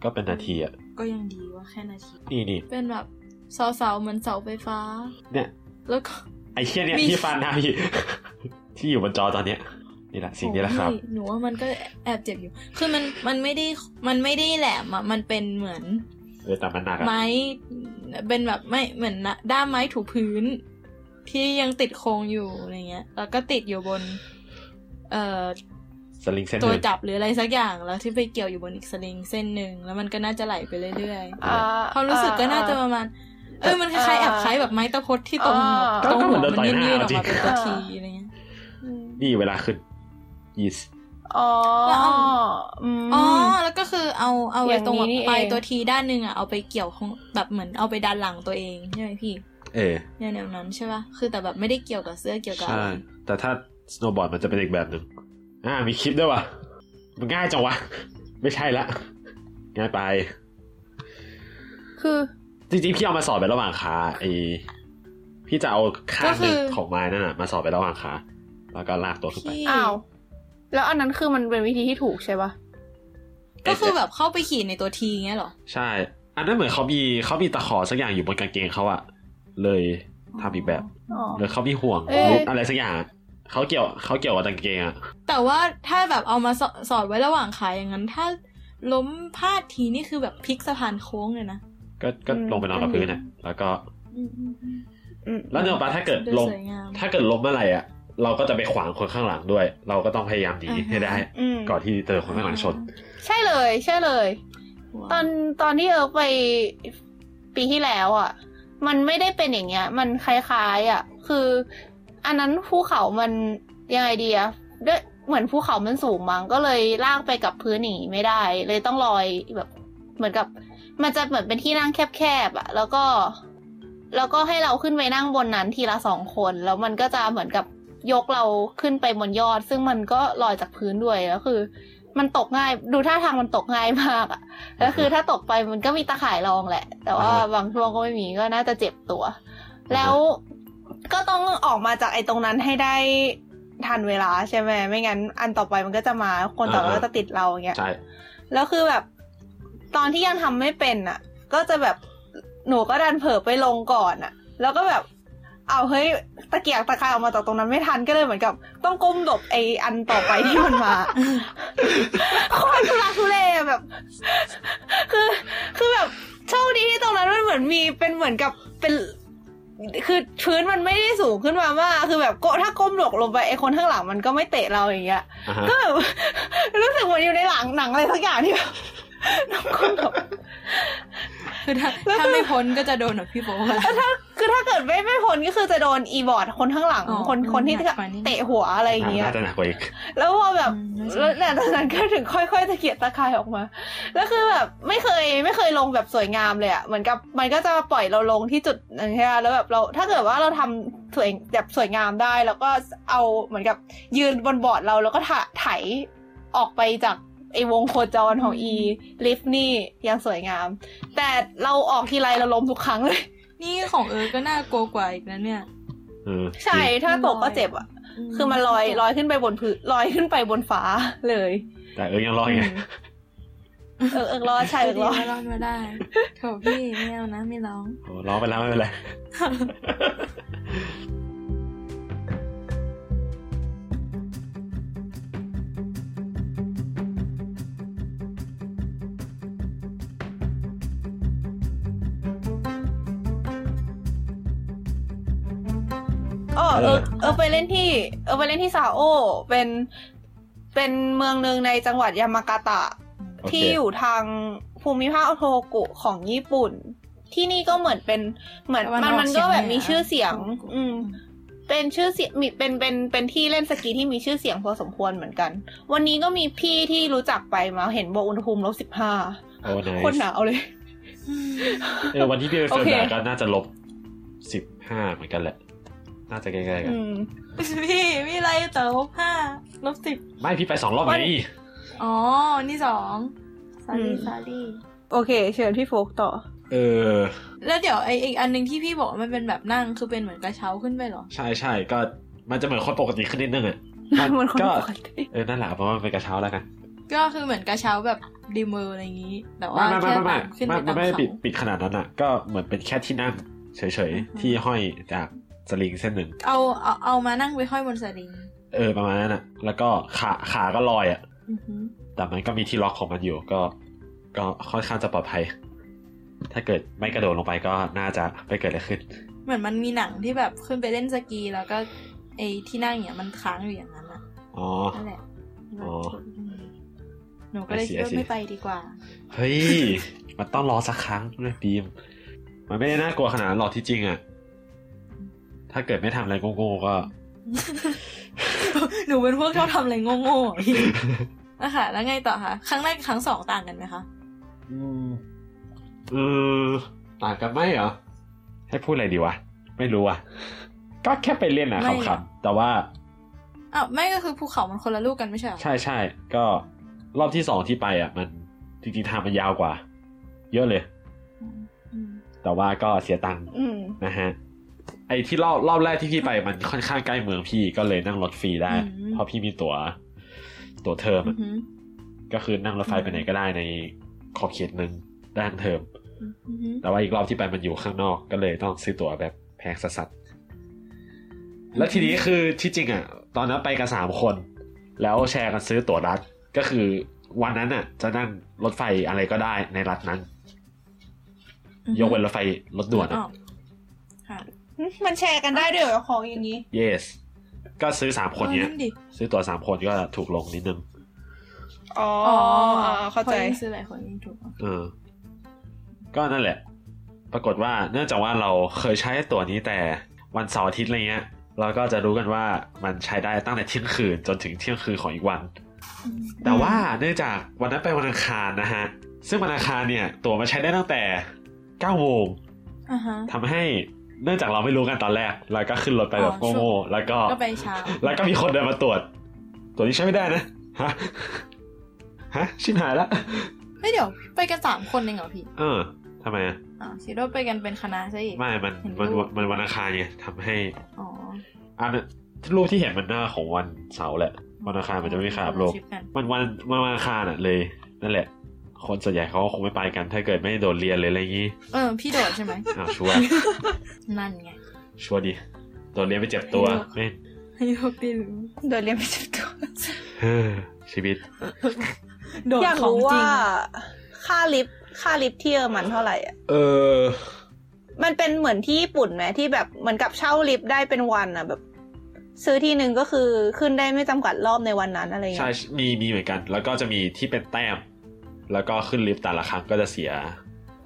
Speaker 2: ก็เป็นนาทีอ่ะ
Speaker 3: ก็ยังดีว่าแค่นาที
Speaker 2: นี่นี่
Speaker 3: เป็นแบบเสาๆเหมือนเสาไฟฟ้า
Speaker 2: เนี่ย
Speaker 3: แล้วก็
Speaker 2: ไอ้เชี่ยเนี่ย
Speaker 3: มี
Speaker 2: ที่ฟันหนะพี่ ที่อยู่บนจอตอนเนี้ย นี่แหละสิ่งนี้แหละครับ
Speaker 3: โอ้ยหนูว่ามันก็แอบเจ็บอยู่ คือมันมันไม่ได้มันไม่ได้แหลมอ่ะ มันเป็นเหมือน
Speaker 2: เออแต่มันหนักอ่ะ
Speaker 3: ไม้เป็นแบบไม่เหมือนนะด้ามไม้ถูพื้น ที่ยังติดโครงอยู่อะไรเงี้ย แล้วก็ติดอยู่บน เอ่อ
Speaker 2: สลิงเส้นห
Speaker 3: ตัว
Speaker 2: นึ่ง
Speaker 3: จับหรืออะไรสักอย่างแล้วที่ไปเกี่ยวอยู่บนอีกสลิงเส้นหนึ่งแล้วมันก็น่าจะไหลไปเรื่อย
Speaker 1: อ่
Speaker 3: ๆความรู้สึกก็น่าจะประมาณเออมันคล้ายๆแอบคล้ายแบบไม้ตะพดที่ตรง
Speaker 2: ก็
Speaker 3: ตรง
Speaker 2: ก็เหมื
Speaker 3: หั
Speaker 2: อ
Speaker 3: วน
Speaker 2: โดน
Speaker 3: มั
Speaker 2: ต่อน ย
Speaker 3: ยื
Speaker 2: ห
Speaker 3: ด
Speaker 2: น้า
Speaker 3: ยื
Speaker 2: จริ
Speaker 3: ดออก
Speaker 2: ง
Speaker 3: มาเป็นตัวทีอะไรเงี้ย
Speaker 2: นี่เวลาขึ้น yes
Speaker 1: อ๋อ
Speaker 3: แล้วเอา
Speaker 1: อืม
Speaker 3: อ๋อแล้วก็คือเอาเอาไอ้ตรง
Speaker 1: อย่างนี้นี่
Speaker 3: ปลาย
Speaker 1: เอง
Speaker 3: ตัวทีด้านหนึ่งอ่ะเอาไปเกี่ยวของแบบเหมือนเอาไปดันหลังตัวเองใช่ไหมพี่
Speaker 2: เออ
Speaker 3: แนวๆนั้นใช่ป่ะ คือแต่แบบไม่ได้เกี่ยวกับเสื้อเกี่ยวกับอะ
Speaker 2: ใช่
Speaker 3: ไร
Speaker 2: แต่ถ้าสโนว์บอร์ดมันจะเป็นอีกแบบหนึ่งอ่า มีคลิปด้วยวะมันง่ายจังวะ ไม่ใช่ละ ง่ายไป
Speaker 1: คือ
Speaker 2: จริงๆ พี่เอามาสอบไประหว่างขาไอพี่จะเอาข้างหนึ่งของไม้นั่นน่ะ มาสอบไประหว่างขาแล้วก็ลากตัวขึ้นไป
Speaker 3: พี่
Speaker 1: อ้าว แล้วอันนั้นคือมันเป็นวิธีที่ถูกใช่ปะ
Speaker 3: ก็คือแบบเข้าไปขี่ในตัวทีเงี้ยเหรอ
Speaker 2: ใช่ อันนั้นเหมือนเขามีเขามีตะขอสักอย่างอยู่บนกางเกงเขาอะเลยทำอีกแบบ
Speaker 1: อ๋อ
Speaker 2: หรือเขามีห่วง
Speaker 1: เอ๊ะ
Speaker 2: หรืออะไรสักอย่างอะเขาเกี่ยวเขาเกี่ยวกับกางเกงอะ
Speaker 3: แต่ว่าถ้าแบบเอามาสสอดไว้ระหว่างขายอย่างนั้น ถ้าล้มพลาดทีนี่คือแบบพลิกสะพานโค้งเลยนะ
Speaker 2: ก็ก็
Speaker 1: อืม
Speaker 2: ลงไปนอนกับพื้นอะแล้วก็
Speaker 1: อืม
Speaker 2: แล้วเนื่องปะถ้าเกิด
Speaker 3: ดู
Speaker 2: ลง
Speaker 3: สวยงาม
Speaker 2: ถ้าเกิดล้มเมื่อไหร่อะเราก็จะไปขวางคนข้างหลังด้วย เราก็ต้องพยายามหนี
Speaker 3: อ่าฮะ
Speaker 2: ให้ได้
Speaker 1: อืม
Speaker 2: ก่อนที่เจอคนข้างหลังชน
Speaker 1: ใช่เลย ใช่เลย ตอนตอนที่เอิร์กไปปีที่แล้วอะ่ะ มันไม่ได้เป็นอย่างเงี้ย มันคล้ายๆอะ่ะ คือ อันนั้นภูเขามันยังไงดีอะ่ะด้วยเหมือนภูเขามันสูงมั้งก็เลยลากไปกับพื้นหนีไม่ได้ เลยต้องลอยแบบ เหมือนกับ มันจะเหมือนเป็นที่นั่งแคบๆอะ่ะ แล้วก็ แล้วก็ให้เราขึ้นไปนั่งบนนั้นทีละสองคน แล้วมันก็จะเหมือนกับยกเราขึ้นไปบนยอด ซึ่งมันก็ลอยจากพื้นด้วยแล้วคือ มันตกง่าย ดูท่าทางมันตกง่ายมากอะ แล้วคือถ้าตกไปมันก็มีตะข่ายรองแหละ แต่ว่า
Speaker 2: อ่าฮะ
Speaker 1: บางช่วงก็ไม่มีก็น่าจะเจ็บตัว แล้วก็ต้องออกมาจากไอ้ตรงนั้นให้ได้ทันเวลาใช่ไหมไม่งั้น อันต่อไปมันก็จะมาคนต่อไปก็จะติดเราอย่างเงี้ย
Speaker 2: ใช่
Speaker 1: แล้วคือแบบตอนที่ยังทำไม่เป็นอ่ะ ก็จะแบบหนูก็ดันเผลอไปลงก่อนอ่ะ แล้วก็แบบเอาเฮ้ยตะเกียกตะกายออกมาจากตรงนั้นไม่ทันก็เลยเหมือนกับ ต้องก้มหลบไออันต่อไปที่มันมา โคตรทุลักทุเลอะแบบ คือ คือแบบโชคดีที่ตรงนั้นมันเหมือนมีเป็นเหมือนกับเป็น คือพื้นมันไม่ได้สูงขึ้นมามากคือแบบโกะถ้าก้มหลบลงไปไอคนข้างหลังมันก็ไม่เตะเราอย่างเงี้ย
Speaker 2: อ่าฮะ
Speaker 1: ก็แบบ รู้สึกเหมือนอยู่ในหลังหนังอะไรสักอย่างที่แบบ น้องคนแบบ
Speaker 3: คือ ถ้าถ้าไม่พ้นก็จะโดนแบบพี่โบค่ะ
Speaker 1: คือถ้าเกิดไม่ไม่พ้นก็คือจะโดนอีบอร์ดคนข้างหลัง
Speaker 3: อ๋อ
Speaker 1: คน
Speaker 3: อืม
Speaker 1: คนที่
Speaker 3: หนักกว่านี้
Speaker 1: เตะหัวอะไรอย่างเงี้ย
Speaker 2: น่าจะหนักกว่าอีก
Speaker 1: แล้วพอแบบ
Speaker 3: อืม
Speaker 1: แล้วแต่ตอนนั้นก็ถึง ค่อยๆตะเกียกตะกายออกมา แล้วคือแบบไม่เคยไม่เคยลงแบบสวยงามเลยอะเหมือนกับมันก็จะปล่อยเราลงที่จุดหนึงใช่ไหมแล้วแบบเราถ้าเกิดว่าเราทำสวยแบบสวยงามได้ แล้วก็เอาเหมือนกับยืนบนบอร์ดเราแล้วก็ถ่าไถออกไปจากไอวงโคจรของอีลิฟต์นี่ยังสวยงาม แต่เราออกทีไรเราล้มทุกครั้งเลย
Speaker 3: นี่ของเออก็น่ากลัวกว่าอีกนะเนี่ย
Speaker 2: อืม
Speaker 1: ใช่ถ้าตกก็เจ็บอะคือมันลอยลอยขึ้นไปบนพื้นลอยขึ้นไปบนฟ้าเลย
Speaker 2: แต่เออยังรอดไง
Speaker 1: เออเออรอดใช่
Speaker 3: ใช่
Speaker 1: เออร
Speaker 3: ร้อ
Speaker 1: อด
Speaker 3: งร้องมาได้โถพี่ไม่เอานะไม่ร้อง
Speaker 2: โอ้ร้องไปแล้วไม่เป็นไร
Speaker 1: เออเออ
Speaker 2: เออ
Speaker 1: เออไปเล่นที่เออไปเล่นที่ซาโอ เป็นเป็นเมืองหนึ่งในจังหวัดยามากาตะ
Speaker 2: โอเค
Speaker 1: ที่อยู่ทางภูมิภาคโทโฮกุของญี่ปุ่น ที่นี่ก็เหมือนเป็นเหมือน
Speaker 3: ตะวัน
Speaker 1: มัน
Speaker 3: ออก
Speaker 1: มัน
Speaker 3: เฉี
Speaker 1: ก็
Speaker 3: ยงเหนือ
Speaker 1: แบบมีชื่อเสียง
Speaker 3: โทโฮกุ
Speaker 1: อืม เป็นชื่อเสียงมีเป็นเป็นเป็นที่เล่นสกีที่มีชื่อเสียงพอสมควรเหมือนกัน วันนี้ก็มีพี่ที่รู้จักไปมาเห็นบอกอุณหภูมิลบสิบห้า
Speaker 2: โอ้ไน
Speaker 1: โคตรหนาวเลย
Speaker 2: เออวันที่พี่ไปเฟิร์
Speaker 1: โอเค
Speaker 2: นดาก็น่าจะลบสิบห้าเหมือนกันแหละ น่าจะใกล้ๆกัน
Speaker 1: อืม
Speaker 3: พี่มีอะไรแต่ลบห้าลบสิบ
Speaker 2: ไม่พี่ไปสองรอบ
Speaker 1: วั
Speaker 2: ไง
Speaker 1: น
Speaker 3: อ๋อ นี่สองซารีซารี
Speaker 1: โอเค เชิญพี่โฟกต่อ
Speaker 2: เออ
Speaker 3: แล้วเดี๋ยวไออีกอันหนึ่งที่พี่บอกว่ามันเป็นแบบนั่งคือเป็นเหมือนกระเช้าขึ้นไปเหรอ
Speaker 2: ใช่ใช่ก็มันจะเหมือนคนปกติขึ้นนิดนึงอ่ะ
Speaker 1: มันคน
Speaker 2: ก็
Speaker 1: ปกติ
Speaker 2: เออนั่นแหละเพราะว่ามันเป็นกระเช้าแล้วกัน
Speaker 3: ก็คือเหมือนกระเช้าแบบดีเมอร์อะไรอย่างนี้ แต่ว่า
Speaker 2: ไม่ไม่
Speaker 3: แค่
Speaker 2: ไม่ไม่
Speaker 3: แบบขึ้นไป
Speaker 2: ไม่
Speaker 3: ตาม
Speaker 2: ไม่
Speaker 3: เขา
Speaker 2: ได้ปิดปิดขนาดนั้นอ่ะ ก็เหมือนเป็นแค่ที่นั่งเฉยๆ ที่ห้อยจากสลิงเส้นหนึ่ง
Speaker 3: เอาเอาเอามานั่งไว้ห้อยบนสลิง
Speaker 2: เออประมาณนั้นอ่ะ แล้วก็ขาขาก็ลอยอ่ะ
Speaker 3: อือหือ
Speaker 2: แต่มันก็มีที่ล็อกของมันอยู่ก็ ก็ค่อนข้างจะปลอดภัย ถ้าเกิดไม่กระโดดลงไปก็น่าจะไม่เกิดอะไรขึ้น
Speaker 3: เหมือนมันมีหนังที่แบบขึ้นไปเล่นสกีแล้วก็ไอ้ที่นั่งเนี่ยมันค้างอยู่อย่างนั้นอะ
Speaker 2: อ๋อ
Speaker 3: นั่นแหละ
Speaker 2: อ๋อ
Speaker 3: หนูก็เลยคิด
Speaker 2: I
Speaker 3: ว่า
Speaker 2: see, I see
Speaker 3: ไม่ไปดีกว่า
Speaker 2: เฮ้ย มันต้องรอสักครั้งด้วยบีม มันไม่ได้น่ากลัวขนาดนั้นหรอกที่จริงอ่ะ ถ้าเกิดไม่ทำอะไรโง่ๆก็
Speaker 3: หนูเป็นพวกชอบทำอะไรโง่ๆอะพี่ นะคะแล้วไงต่อคะครั้งแรกครั้งสองต่างกันไหมคะ
Speaker 2: อืมเออต่างกันไหมเหรอ ให้พูดอะไรดีวะ ไม่รู้อ่ะ ก็แค่ไปเล่นอ่ะขำๆแต่ว่า
Speaker 3: อ้าวไม่ก็คือภูเขามันคนละลูกกันไม่ใช่เหรอ
Speaker 2: ใช่ใช่ก็รอบที่สองที่ไปอ่ะ มันจริงๆทางมันยาวกว่า เยอะเลย
Speaker 3: อืม
Speaker 2: แต่ว่าก็เสียตังค์
Speaker 1: อืม
Speaker 2: นะฮะ ไอ้ที่รอบรอบแรกที่พี่ไปมันค่อนข้างใกล้เมืองพี่ก็เลยนั่งรถฟรีได้ เพราะพี่มีตั๋วตั๋วเทอม
Speaker 3: อื
Speaker 2: อะ
Speaker 3: อหือ
Speaker 2: ก็คือนั่งรถไฟไปไหนก็ได้ในขอบเขตหนึ่งได้ทั้งเทอม
Speaker 3: อือฮึ
Speaker 2: แต่ว่าอีกรอบที่ไปมันอยู่ข้างนอกก็เลยต้องซื้อตั๋วแบบแพงสัสๆแล้วทีนี้คือที่จริงอ่ะ ตอนนั้นไปกันสามคน แล้วแชร์กันซื้อตั๋วรัฐ ก็คือวันนั้นอ่ะ จะนั่งรถไฟอะไรก็ได้ในรัฐนั้น ยกเว้นรถไฟรถด่วน
Speaker 3: อ๋
Speaker 2: อ่ะ
Speaker 3: อค่ะ
Speaker 1: มันแชร์กันได้ด้วยเหรอของอย่างนี้
Speaker 2: yes ก็ซื้อสามคนเนี้ย
Speaker 3: ออดิ
Speaker 2: ซื้อตั๋วสามคนก็ถูกลงนิดนึง
Speaker 1: อ๋อ
Speaker 3: อ๋
Speaker 1: อ๋
Speaker 3: อ
Speaker 1: อ
Speaker 3: อ๋อ
Speaker 1: เข้าใจ
Speaker 3: คนยิ่งซื้อหลายคนยิ่งถูก
Speaker 2: เออ ก็นั่นแหละ ปรากฏว่าเนื่องจากว่าเราเคยใช้ตั๋วนี้แต่วันเสาร์อาทิตย์อะไรเงี้ย เราก็จะรู้กันว่ามันใช้ได้ตั้งแต่เที่ยงคืนจนถึงเที่ยงคืนของอีกวัน
Speaker 3: อืม
Speaker 2: แต่ว่าเนื่องจากวันนั้นไปนวันอังคารนะฮะ ซึ่งวันอังคารเนี่ย ตั๋วมันใช้ได้ตั้งแต่9โมง
Speaker 3: อ่าฮะ
Speaker 2: ทำให้เนื่องจากเราไม่รู้กันตอนแรกเราก็ขึ้นรถไปแบบ
Speaker 3: อ๋อ
Speaker 2: โง่ๆแล้วก็
Speaker 3: ก็ไปเช้า
Speaker 2: แล้วก็มีคนเดินมาตรวจ ตัวนี้ใช้ไม่ได้นะ ฮะ ฮะ ชิบหายละ
Speaker 3: เฮ้ยเดี๋ยวไปกันสามคนเองเหรอพี่
Speaker 2: เออทำไมอะ
Speaker 3: อ๋อคิดว่าไปกันเป็นคณะซะอีก
Speaker 2: ไม่ มัน มัน มันวันอังคารไงทำให้
Speaker 3: อ๋อ
Speaker 2: อันรูปที่เห็นมันหน้าของวันเสาร์แหละ วันอังคารมันจะไม่ขาบโลก
Speaker 3: ชิปกัน
Speaker 2: มันวันมันวันอังคารอ่ะเลย นั่นแหละ คนส่วนใหญ่เขาก็คงไม่ไปกัน ถ้าเกิดไม่โดนเรียนเลยอะไรอย่างงี้
Speaker 3: เออ พี่โดดใช่ไหม
Speaker 2: อ้าวชัวร์
Speaker 3: นั่นไง
Speaker 2: ชัวร์ดิ โดนเรียนไปเจ็บตัวไม่ง
Speaker 3: ให้โลกได้รู้
Speaker 1: โดยเรียนไม่จับตัว
Speaker 2: เฮ้อ ชีวิต
Speaker 3: โดด
Speaker 1: อยาก
Speaker 3: ของ
Speaker 1: รู้
Speaker 3: จริ
Speaker 1: ว่าง ค่าลิฟต์ค่าลิฟต์ที่เยอรมันเท่าไหร่อ่ะ
Speaker 2: เออ
Speaker 1: มันเป็นเหมือนที่ญี่ปุ่นไหมที่แบบเหมือนกับเช่าลิฟต์ได้เป็นวันอ่ะแบบ ซื้อที่หนึ่งก็คือขึ้นได้ไม่จำกัดรอบในวันนั้นอะไร
Speaker 2: ใช่
Speaker 1: เงี้ย
Speaker 2: มี มีเหมือนกัน แล้วก็จะมีที่เป็นแต้ม แล้วก็ขึ้นลิฟต์แต่ละครั้งก็จะเสีย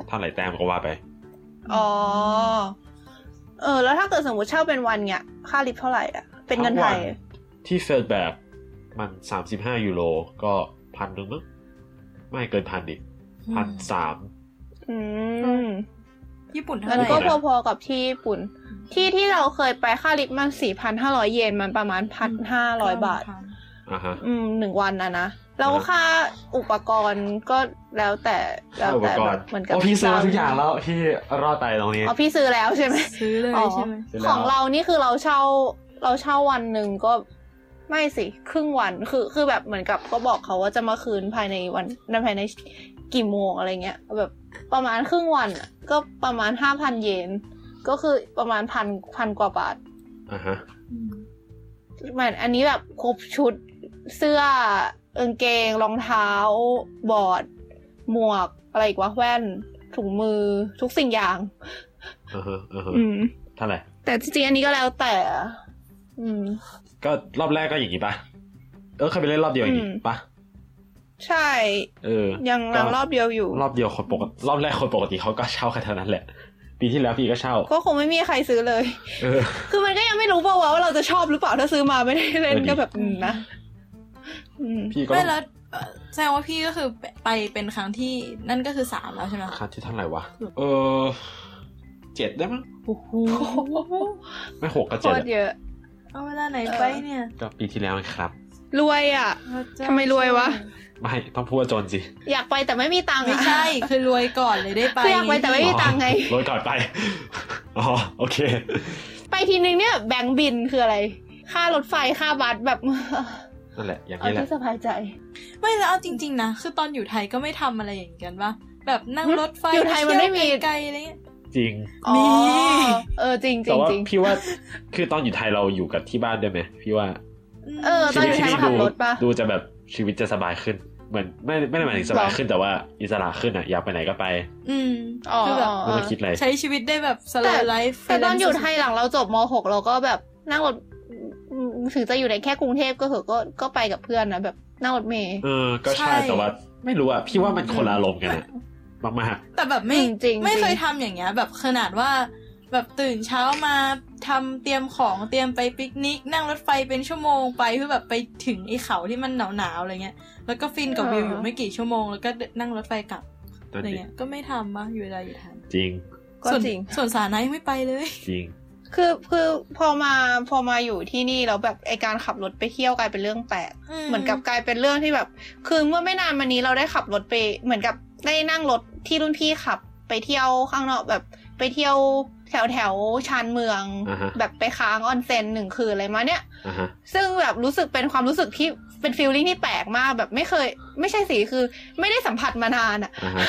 Speaker 2: เท่าไหร่แต้มก็ว่าไป
Speaker 1: อ๋อเออ แล้วถ้าเกิดสมมติเช่าเป็นวันเนี่ยค่าลิฟต์เท่าไหร่อ่ะ เป็นเงินไทย
Speaker 2: ทั้งวัน ที่เฟลแบบมัน 35 ยูโรก็พันหนึ่งมั้งไม่เกินพันดิพันสาม
Speaker 1: อืม
Speaker 3: ญี่ปุ่นเท่าไห
Speaker 1: มัน
Speaker 3: ร่
Speaker 1: ก็
Speaker 2: เท่าไหร่
Speaker 1: พอๆกับที่ญี่ปุ่น ที่ที่เราเคยไปค่าลิฟต์มันสี่พันห้าร้อยเยนมันประมาณพันห้าร้อยบาท
Speaker 2: อ่ะฮะ
Speaker 1: อืมหนึ่งวันนะนะแล้ว
Speaker 2: อ่า
Speaker 1: ค่าอุปกรณ์ก็แล้วแต่แล้ว
Speaker 2: อุป
Speaker 1: แต่
Speaker 2: ก
Speaker 1: แบ
Speaker 2: ร
Speaker 1: บ
Speaker 2: ณ์
Speaker 1: เหมือนกับ
Speaker 2: โอ้พี่ซื้อมาทุกอย่างแล้วพี่รอดตายตรงนี้
Speaker 1: อ๋อพี่ซื้อแล้วใช่ไหม
Speaker 3: ซื้อเลย
Speaker 1: อ๋อ
Speaker 3: ใช่ไหม
Speaker 2: ซื้อแล้ว
Speaker 1: ของเรานี่คือเราเช่าเราเช่าวันหนึ่งก็ไม่สิ ครึ่งวันคือคือแบบเหมือนกับก็บอกเขาว่าจะมาคืนภายในวันในภายในกี่โมงอะไรเงี้ยแบบประมาณครึ่งวันอะก็ประมาณห้าพันเยนก็คือประมาณพันพันกว่าบาท
Speaker 2: อ่ะฮะ
Speaker 3: อืม
Speaker 1: เหมือนอันนี้แบบครบชุดเสื้อกางเกงรองเท้า บอร์ด หมวกอะไรอีกวะแว่น ถุงมือทุกสิ่งอย่าง
Speaker 2: อ่ะฮะอ่ะฮะ
Speaker 1: อืม
Speaker 2: เท่าไหร่
Speaker 1: แต่จริงๆอันนี้ก็แล้วแต่ อืม
Speaker 2: ก็รอบแรกก็อย่างนี้ปะเออเคยไปเล่นรอบเดียวอย่างนี้
Speaker 1: อืม
Speaker 2: ปะ
Speaker 1: ใช่
Speaker 2: เออ
Speaker 1: ยัง
Speaker 2: ก็
Speaker 1: รังรอบเดียวอยู่
Speaker 2: รอบเดียวคนปกติรอบแรกคนปกติเขาก็เช่าแค่เท่านั้นแหละ ปีที่แล้วพี่ก็เช่า
Speaker 1: ก็คงไม่มีใครซื้อเลย
Speaker 2: เออ
Speaker 1: คือมันก็ยังไม่รู้เปล่าวะว่าเราจะชอบหรือเปล่าถ้าซื้อมาไม่ได้เล่น
Speaker 2: เออดิ
Speaker 1: ก็แบบอืมนะอืม
Speaker 2: พี่ก็
Speaker 3: ไม่แล้วเอ่อแสดงว่าพี่ก็คือไปเป็นครั้งที่นั่นก็คือสามแล้วใช่ไหม
Speaker 2: คันที่เท่าไหร่วะ เออเจ็ดได้มั้ง
Speaker 3: โอ้โห
Speaker 2: ไม่หกก็
Speaker 1: โค
Speaker 2: เจ็ด
Speaker 1: ตรเยอะ
Speaker 3: เอาเวลาไหนไปเนี่ย
Speaker 2: ก็ปีที่แล้วไงครับ
Speaker 1: รวยอ่ะ
Speaker 3: พระเจ้า
Speaker 1: ทำไมรวยวะ
Speaker 2: ไม่ต้องพูดว่าจนสิ
Speaker 1: อยากไปแต่ไม่มีตังค์
Speaker 3: ไม่
Speaker 1: อะ
Speaker 3: ใช่ คือรวยก่อนเลยได้ไป
Speaker 1: คืออยากไปแต่ไม่มีตังค์ไง
Speaker 2: โรยก่อนไป อ๋อ โอเค
Speaker 1: ไปทีนึงเนี่ยแบงค์บินคืออะไร ค่ารถไฟค่าบัสแบบ
Speaker 2: นั่นแหละ อย่าง
Speaker 1: เอา
Speaker 2: นี้แหละ
Speaker 1: ที่สบายใจ
Speaker 3: ไม่แล้วเอาจริง ๆนะคือตอนอยู่ไทยก็ไม่ทำอะไรอย่างนี้กันปะแบบนั่งรถไฟ
Speaker 1: อยู่ไทยมันไม่มี
Speaker 3: ปเที่ยวไกลๆอะไรเงี้ย
Speaker 2: จริง
Speaker 1: อ๋อ
Speaker 3: มี
Speaker 1: เออจริงจ
Speaker 2: แต่
Speaker 1: ริง
Speaker 2: ว่า
Speaker 1: จริง
Speaker 2: พี่ว่า คือตอนอยู่ไทยเราอยู่กับที่บ้านด้วยไหม พี่ว่า
Speaker 1: เออต
Speaker 2: ชี
Speaker 1: อนอ
Speaker 2: วิต
Speaker 1: ยู่ไทย
Speaker 2: ที่นี่
Speaker 1: มาขั
Speaker 2: ดู
Speaker 1: บรถปะ
Speaker 2: ดูจะแบบชีวิตจะสบายขึ้น เหมือนไม่ไม่ได้หมายถึงสบายขึ้นแต่ว่าอิสระขึ้นอ่ะ อยากไปไหนก็ไป
Speaker 3: อืม
Speaker 1: อ๋อ
Speaker 3: คือแบบ
Speaker 1: อ๋อ
Speaker 2: ไม่ต้องคิดอะไร
Speaker 3: ใช้ชีวิตได้แบบสโล
Speaker 1: แต่
Speaker 3: ว์ไลฟ์
Speaker 1: แต่ตอนอยู่ไทยหลังเราจบม .6 เราก็แบบนั่งรถถึงจะอยู่ในแค่กรุงเทพก็เถอะก็ก็ไปกับเพื่อนนะแบบนั่งรถเมย์
Speaker 2: เออ ก็ใช่ แต่ว่าไม่รู้อ่ะ พี่ว่ามันคนละอารมณ์กันอะมาก
Speaker 3: แต่แบบไม่
Speaker 1: จริงจริง
Speaker 3: ไม่เคยทำอย่างเงี้ย แบบขนาดว่า แบบตื่นเช้ามาทำเตรียมของเตรียมไปปิกนิก นั่งรถไฟเป็นชั่วโมงไปเพื่อแบบไปถึงไอ้เขาที่มันหนาวๆอะไรเงี้ย แล้วก็ฟินกับวิวอยู่ไม่กี่ชั่วโมงแล้วก็นั่งรถไฟกลับ
Speaker 2: ๆนั่
Speaker 3: อะ
Speaker 2: น
Speaker 3: ไร
Speaker 2: เอง
Speaker 3: เงี้ยก็ไม่ทำบ้างอยู่เวลาอยู่ไทย
Speaker 2: จริง
Speaker 1: ก็
Speaker 3: ส่วน
Speaker 1: จริง
Speaker 3: ส่วนสาธารณะยังไม่ไปเลย
Speaker 2: จริง
Speaker 1: คือคือพอมาพอมาอยู่ที่นี่แล้วแบบไอการขับรถไปเที่ยวกลายเป็นเรื่องแปลก เหมือนกับกลายเป็นเรื่องที่แบบ คือเมื่อไม่นานมานี้เราได้ขับรถไป เหมือนกับได้นั่งรถที่รุ่นพี่ขับไปเที่ยวข้างนอกแบบไปเที่ยว แถวแถวชานเมือง
Speaker 2: อ่าฮะ
Speaker 1: แบบไปค้างออนเซ็นหนึ่งคืนอะไรมาเนี่ย
Speaker 2: อ่าฮะ
Speaker 1: ซึ่งแบบรู้สึกเป็นความรู้สึกที่เป็นฟีลลิ่งที่แปลกมากแบบไม่เคย ไม่ใช่สิคือ ไม่ได้สัมผัสมานานอะ
Speaker 2: อ่าฮะ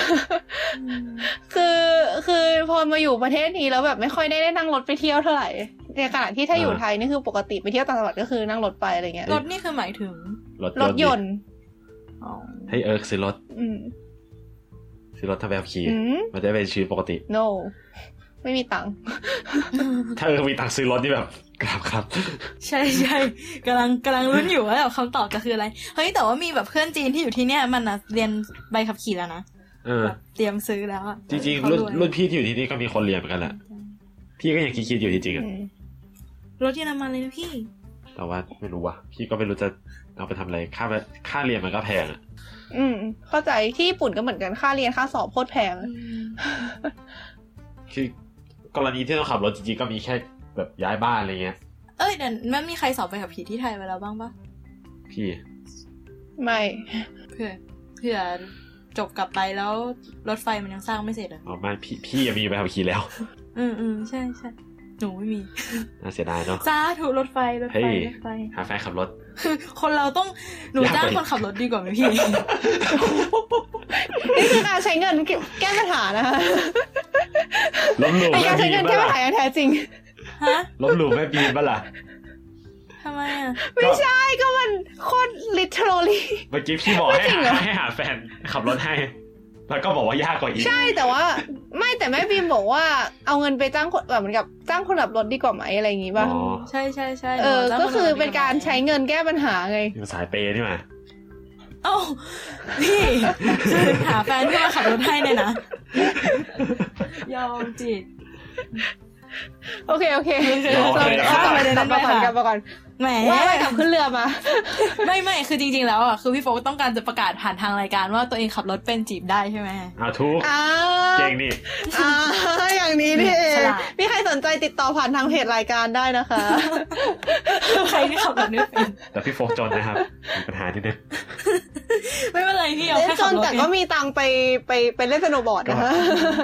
Speaker 1: คือคือพอมาอยู่ประเทศนี้แล้วแบบไม่ค่อยได้ได้นั่งรถไปเที่ยวเท่าไหร่ในขณะที่ถ้าอยู่
Speaker 2: อ่า
Speaker 1: ไทยนี่คือปกติไปเที่ยวต่างจังหวัดก็คือนั่งรถไปอะไรเงี้ย
Speaker 3: รถนี่คือหมายถึง
Speaker 2: รถ
Speaker 1: รถยน
Speaker 2: ดิ
Speaker 1: ต์
Speaker 3: อ๋อ
Speaker 2: ให้เอิร์กซื้อรถ
Speaker 1: อืม
Speaker 2: ซื้อรถทำแบบขี่
Speaker 1: อืม
Speaker 2: มันจะเป็นชีวิตปกติ
Speaker 1: no ไม่มีตังค์
Speaker 2: ถ้าเอิร์กมีตังค์ซื้อรถนี่แบบกราบครับ
Speaker 3: ใช่ ใช่กำลังกำลังรุ้นอยู่ว่าแบบคำตอบจะคืออะไรเฮ้ยแต่ว่ามีแบบเพื่อนจีนที่อยู่ที่เนี่ยมันอะเรียนใบขับขี่แล้วนะ
Speaker 2: เออ
Speaker 3: แบบเตรียมซื้อแล้วอะ
Speaker 2: จริง
Speaker 3: เขา
Speaker 2: ๆ รุ่น
Speaker 3: วย
Speaker 2: รุ่นพี่ที่อยู่ที่นี่ก็มีคนเรียนเหมือนกันแหละพี่ก็ยังคิดๆอยู่จริงๆ
Speaker 1: อื
Speaker 2: อะ
Speaker 1: ม
Speaker 3: รถเยอรมันเลยนะพี่
Speaker 2: แต่ว่าไม่รู้ว่ะพี่ก็ไม่รู้จะเอาไปทำอะไรค่าแบบค่าเรียนมันก็แพงอะ
Speaker 1: อืมเข้าใจที่ญี่ปุ่นก็เหมือนกันค่าเรียนค่าสอบโคตรแพง
Speaker 2: คือกรณีที่ต้องขับรถจริงๆก็มีแค่แบบย้ายบ้านอะไรเงี้ย
Speaker 3: เอ้ยเดี๋ยวมันมีใครสอบใบขับขี่ที่ไทยไปแล้วบ้างปะ
Speaker 2: พี่
Speaker 1: ไม่
Speaker 3: เผื่อเผื่อจบกลับไปแล้วรถไฟมันยังสร้างไม่เสร็จอ่ะ
Speaker 2: เอามาพี่พี่ยังมีใบขับขี่แล้ว
Speaker 3: อืมอืมใช่ใช่หนูไม่มี
Speaker 2: น่าเสียดายเนาะ
Speaker 3: จ้าถูกรถไฟรถไฟ
Speaker 2: เฮ้ย
Speaker 3: รถไฟ
Speaker 2: หาแฟนขับรถ
Speaker 3: คือคนเราต้องหนู
Speaker 2: อยากไป
Speaker 3: จ้างคนขับรถดีกว่าไหมพี่
Speaker 1: นี่คือการใช้เงินแก้ปัญหานะคะ
Speaker 2: ล้มหลุม
Speaker 1: ไอ้
Speaker 2: แม่
Speaker 1: การ
Speaker 2: บี
Speaker 1: ใช้เงิน
Speaker 2: ม
Speaker 1: แก้
Speaker 2: บ้า
Speaker 1: ปัญ
Speaker 2: ล่ะ
Speaker 1: หาอย่างแท้จริง
Speaker 3: ฮะ
Speaker 2: ล้มหลุมแม่บีมบ้าล่ะ
Speaker 3: ทำไมอ่ะ
Speaker 1: ไม่
Speaker 2: ก็
Speaker 1: ใช่ก็มันโคตร literally
Speaker 2: เมื่อกี้พี่บอกให้
Speaker 1: ไม่จริงเหรอ
Speaker 2: ให้หาแฟนขับรถให้ แล้วก็บอกว่ายากกว่าอีก
Speaker 1: ใช่แต่ว่าไม่แต่แม่บีมบอกว่าเอาเงินไปจ้างคนแบบเหมือนกับจ้างคนขับรถดีกว่าไหมอะไรอย่างงี้ป่ะ
Speaker 2: อ๋อ
Speaker 3: ใช่ใช่ใช่
Speaker 1: เออ
Speaker 3: หนูจ้าง
Speaker 1: ก็
Speaker 3: นขับถ
Speaker 1: คือ
Speaker 3: ดีว่
Speaker 1: เป็นการใช้เงินแก้ปัญหาไง
Speaker 2: นี่มันสายเปย์นี่มา
Speaker 3: เอ้าพี่คือหาแฟนที่มาขับรถให้เนี่ยนะยอมจิต
Speaker 1: โอเคโอเค
Speaker 3: โอเค
Speaker 1: เรา
Speaker 3: ข้ามไปเลย
Speaker 1: ก
Speaker 3: นะ
Speaker 1: ลับมาก่อน
Speaker 3: แม่ค่ะ
Speaker 1: กลับมาก่อน
Speaker 3: แหม
Speaker 1: ว่าไปกลับขึ้นเรือมา
Speaker 3: ไม่ไม่คือจริงๆแล้วอ่ะคือพี่โฟกต้องการจะประกาศผ่านทางรายการว่าตัวเองขับรถเป็นจีบได้ใช่ไหม
Speaker 2: เอาทุก
Speaker 1: อ่า
Speaker 2: เก่งนี่
Speaker 1: อ่าอย่างนี้นี่เอ
Speaker 3: ฉ
Speaker 1: ง
Speaker 3: ลาด
Speaker 1: มีใครสนใจติดต่อผ่านทางเพจรายการได้นะคะ
Speaker 3: ใครที่ขับรถเนี่ยเป็น
Speaker 2: แต่พี่โฟกจนนะครับ มีปัญหานิดนึง
Speaker 3: ไม่เป็นไรพี่เอา
Speaker 1: เล่น
Speaker 3: แค่
Speaker 1: จ
Speaker 3: ขับ
Speaker 1: น
Speaker 3: รถ
Speaker 1: แต่ก็มีตังค์ไปไปไปเล่นสโนว์บอร์ด
Speaker 2: ก็
Speaker 1: นะคะ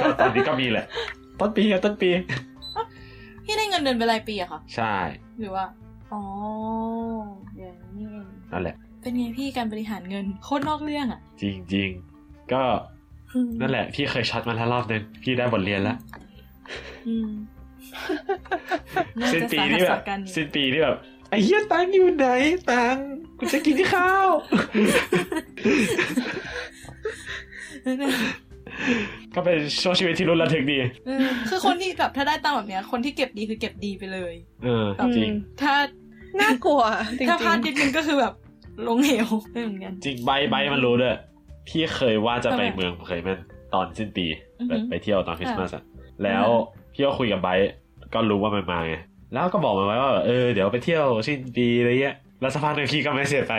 Speaker 2: ก็ตอนนี้ก็มีแหละ ต้นปีอะต้นปี
Speaker 3: พี่ได้เงินเดือนเป็นรายปีอะค่ะ
Speaker 2: ใช่
Speaker 3: หรือว่าอ๋ออย่างนี้เอง
Speaker 2: นั่นแหละ
Speaker 3: เป็นไงพี่การบริหารเงินโคตรนอกเรื่องอะ
Speaker 2: จริง ๆ ก็นั่นแหละ พี่เคยช็อตมาแล้วรอบนึง พี่ได้บทเรียนแล้ว
Speaker 3: อืม
Speaker 2: สิ้นปี
Speaker 3: าจะ
Speaker 2: นี่
Speaker 3: สาหัส
Speaker 2: แบ
Speaker 3: สา
Speaker 2: บ
Speaker 3: กันอยู่
Speaker 2: สิ้นปีนี่แบบไอ้เหี้ยตังค์อยู่ไหนตังค์กูจะกินข้าว ก็เป็นช่วงชีวิตที่รุนระทึกดี
Speaker 3: เออคือคนที่แบบถ้าได้ตังค์แบบเนี้ย คนที่เก็บดีคือเก็บดีไปเลย
Speaker 2: เออ
Speaker 1: อืม
Speaker 2: จริง
Speaker 3: ถ้า
Speaker 1: น่ากลัวจริง
Speaker 3: ถ้าพลาดนิดนึงก็คือแบบลงเหวไม่เหมือนกัน
Speaker 2: จริงใบใบมันรู้ด้วยพี่เคยว่าจะไป
Speaker 3: ทำไม
Speaker 2: เมืองเคยมันตอนสิ้นปี
Speaker 3: อือ
Speaker 2: แบ
Speaker 3: หือ
Speaker 2: บไปเที่ยวตอนคริสต์มาสอะแล้วพี่ก็คุยกับไบร์ทก็รู้ว่ามันมาไงแล้วก็บอกมันไว้ว่าแบบเออเดี๋ยวไปเที่ยวสิ้นปีอะไรเงี้ยแล้วสักพักหนึ่งพี่ก็ไม่เสียไป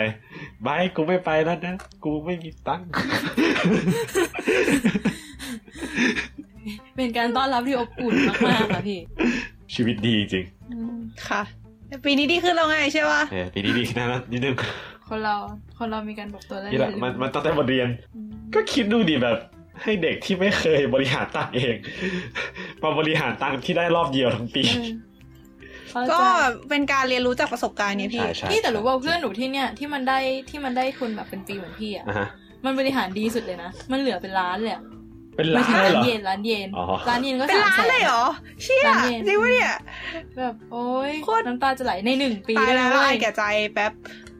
Speaker 2: ไบร์ทกูไม่ไปแล้วนะกูไม่มีตังค์
Speaker 3: เป็นการต้อนรับที่อบอุ่นมากๆค่ะพี่
Speaker 2: ชีวิตดีจริง
Speaker 1: ๆค่ะแต่ปีนี้ดีขึ้นแล้วไงใช่ปะ
Speaker 2: เออปีนี้ดีขึ้นแล้วนะนิดนึง
Speaker 3: คนเราคนเรามีการบอกตัวแล้ว
Speaker 2: นี่แหละมันมันต้องได้บทเรียน
Speaker 3: อืม
Speaker 2: ก็คิดดูดิแบบ ให้เด็กที่ไม่เคยบริหารตังค์เอง มาบริหารตังค์ที่ได้รอบเดียวทั้งปี
Speaker 3: เออเข้าใจ
Speaker 1: ก็เป็นการเรียนรู้จากประสบการณ์เนี่ยพี่
Speaker 2: ใช่ใช่
Speaker 3: พี่แต่รู้ว่าเพื่อนหนูที่เนี่ยที่มันได้ที่มันได้ทุนแบบเป็นปีเหมือนพี่อ่ะ
Speaker 2: อ่ะฮะ
Speaker 3: มันบริหารดีสุดเลยนะ มันเหลือเป็นล้านเลยอะ
Speaker 2: เป็น
Speaker 3: ไม่
Speaker 2: ล้าน
Speaker 3: ใช่
Speaker 2: เลย
Speaker 3: ล้า
Speaker 2: เหรอ
Speaker 3: นเยนล้านเยน
Speaker 2: อ๋อ
Speaker 3: ล้านเยนก็
Speaker 1: เป็น
Speaker 3: สาม
Speaker 1: ล้า
Speaker 3: แส
Speaker 1: นเลย
Speaker 3: น
Speaker 1: เหรอเชี่ย
Speaker 3: ล้านเยน
Speaker 1: จริงปะเนี่ย
Speaker 3: แบบโอ๊ย
Speaker 1: โคตร
Speaker 3: น้ำตาจะไหลในหนึ่งปี
Speaker 1: ตายแล้วละ
Speaker 3: เว้
Speaker 1: อายแก่ใจแป๊บ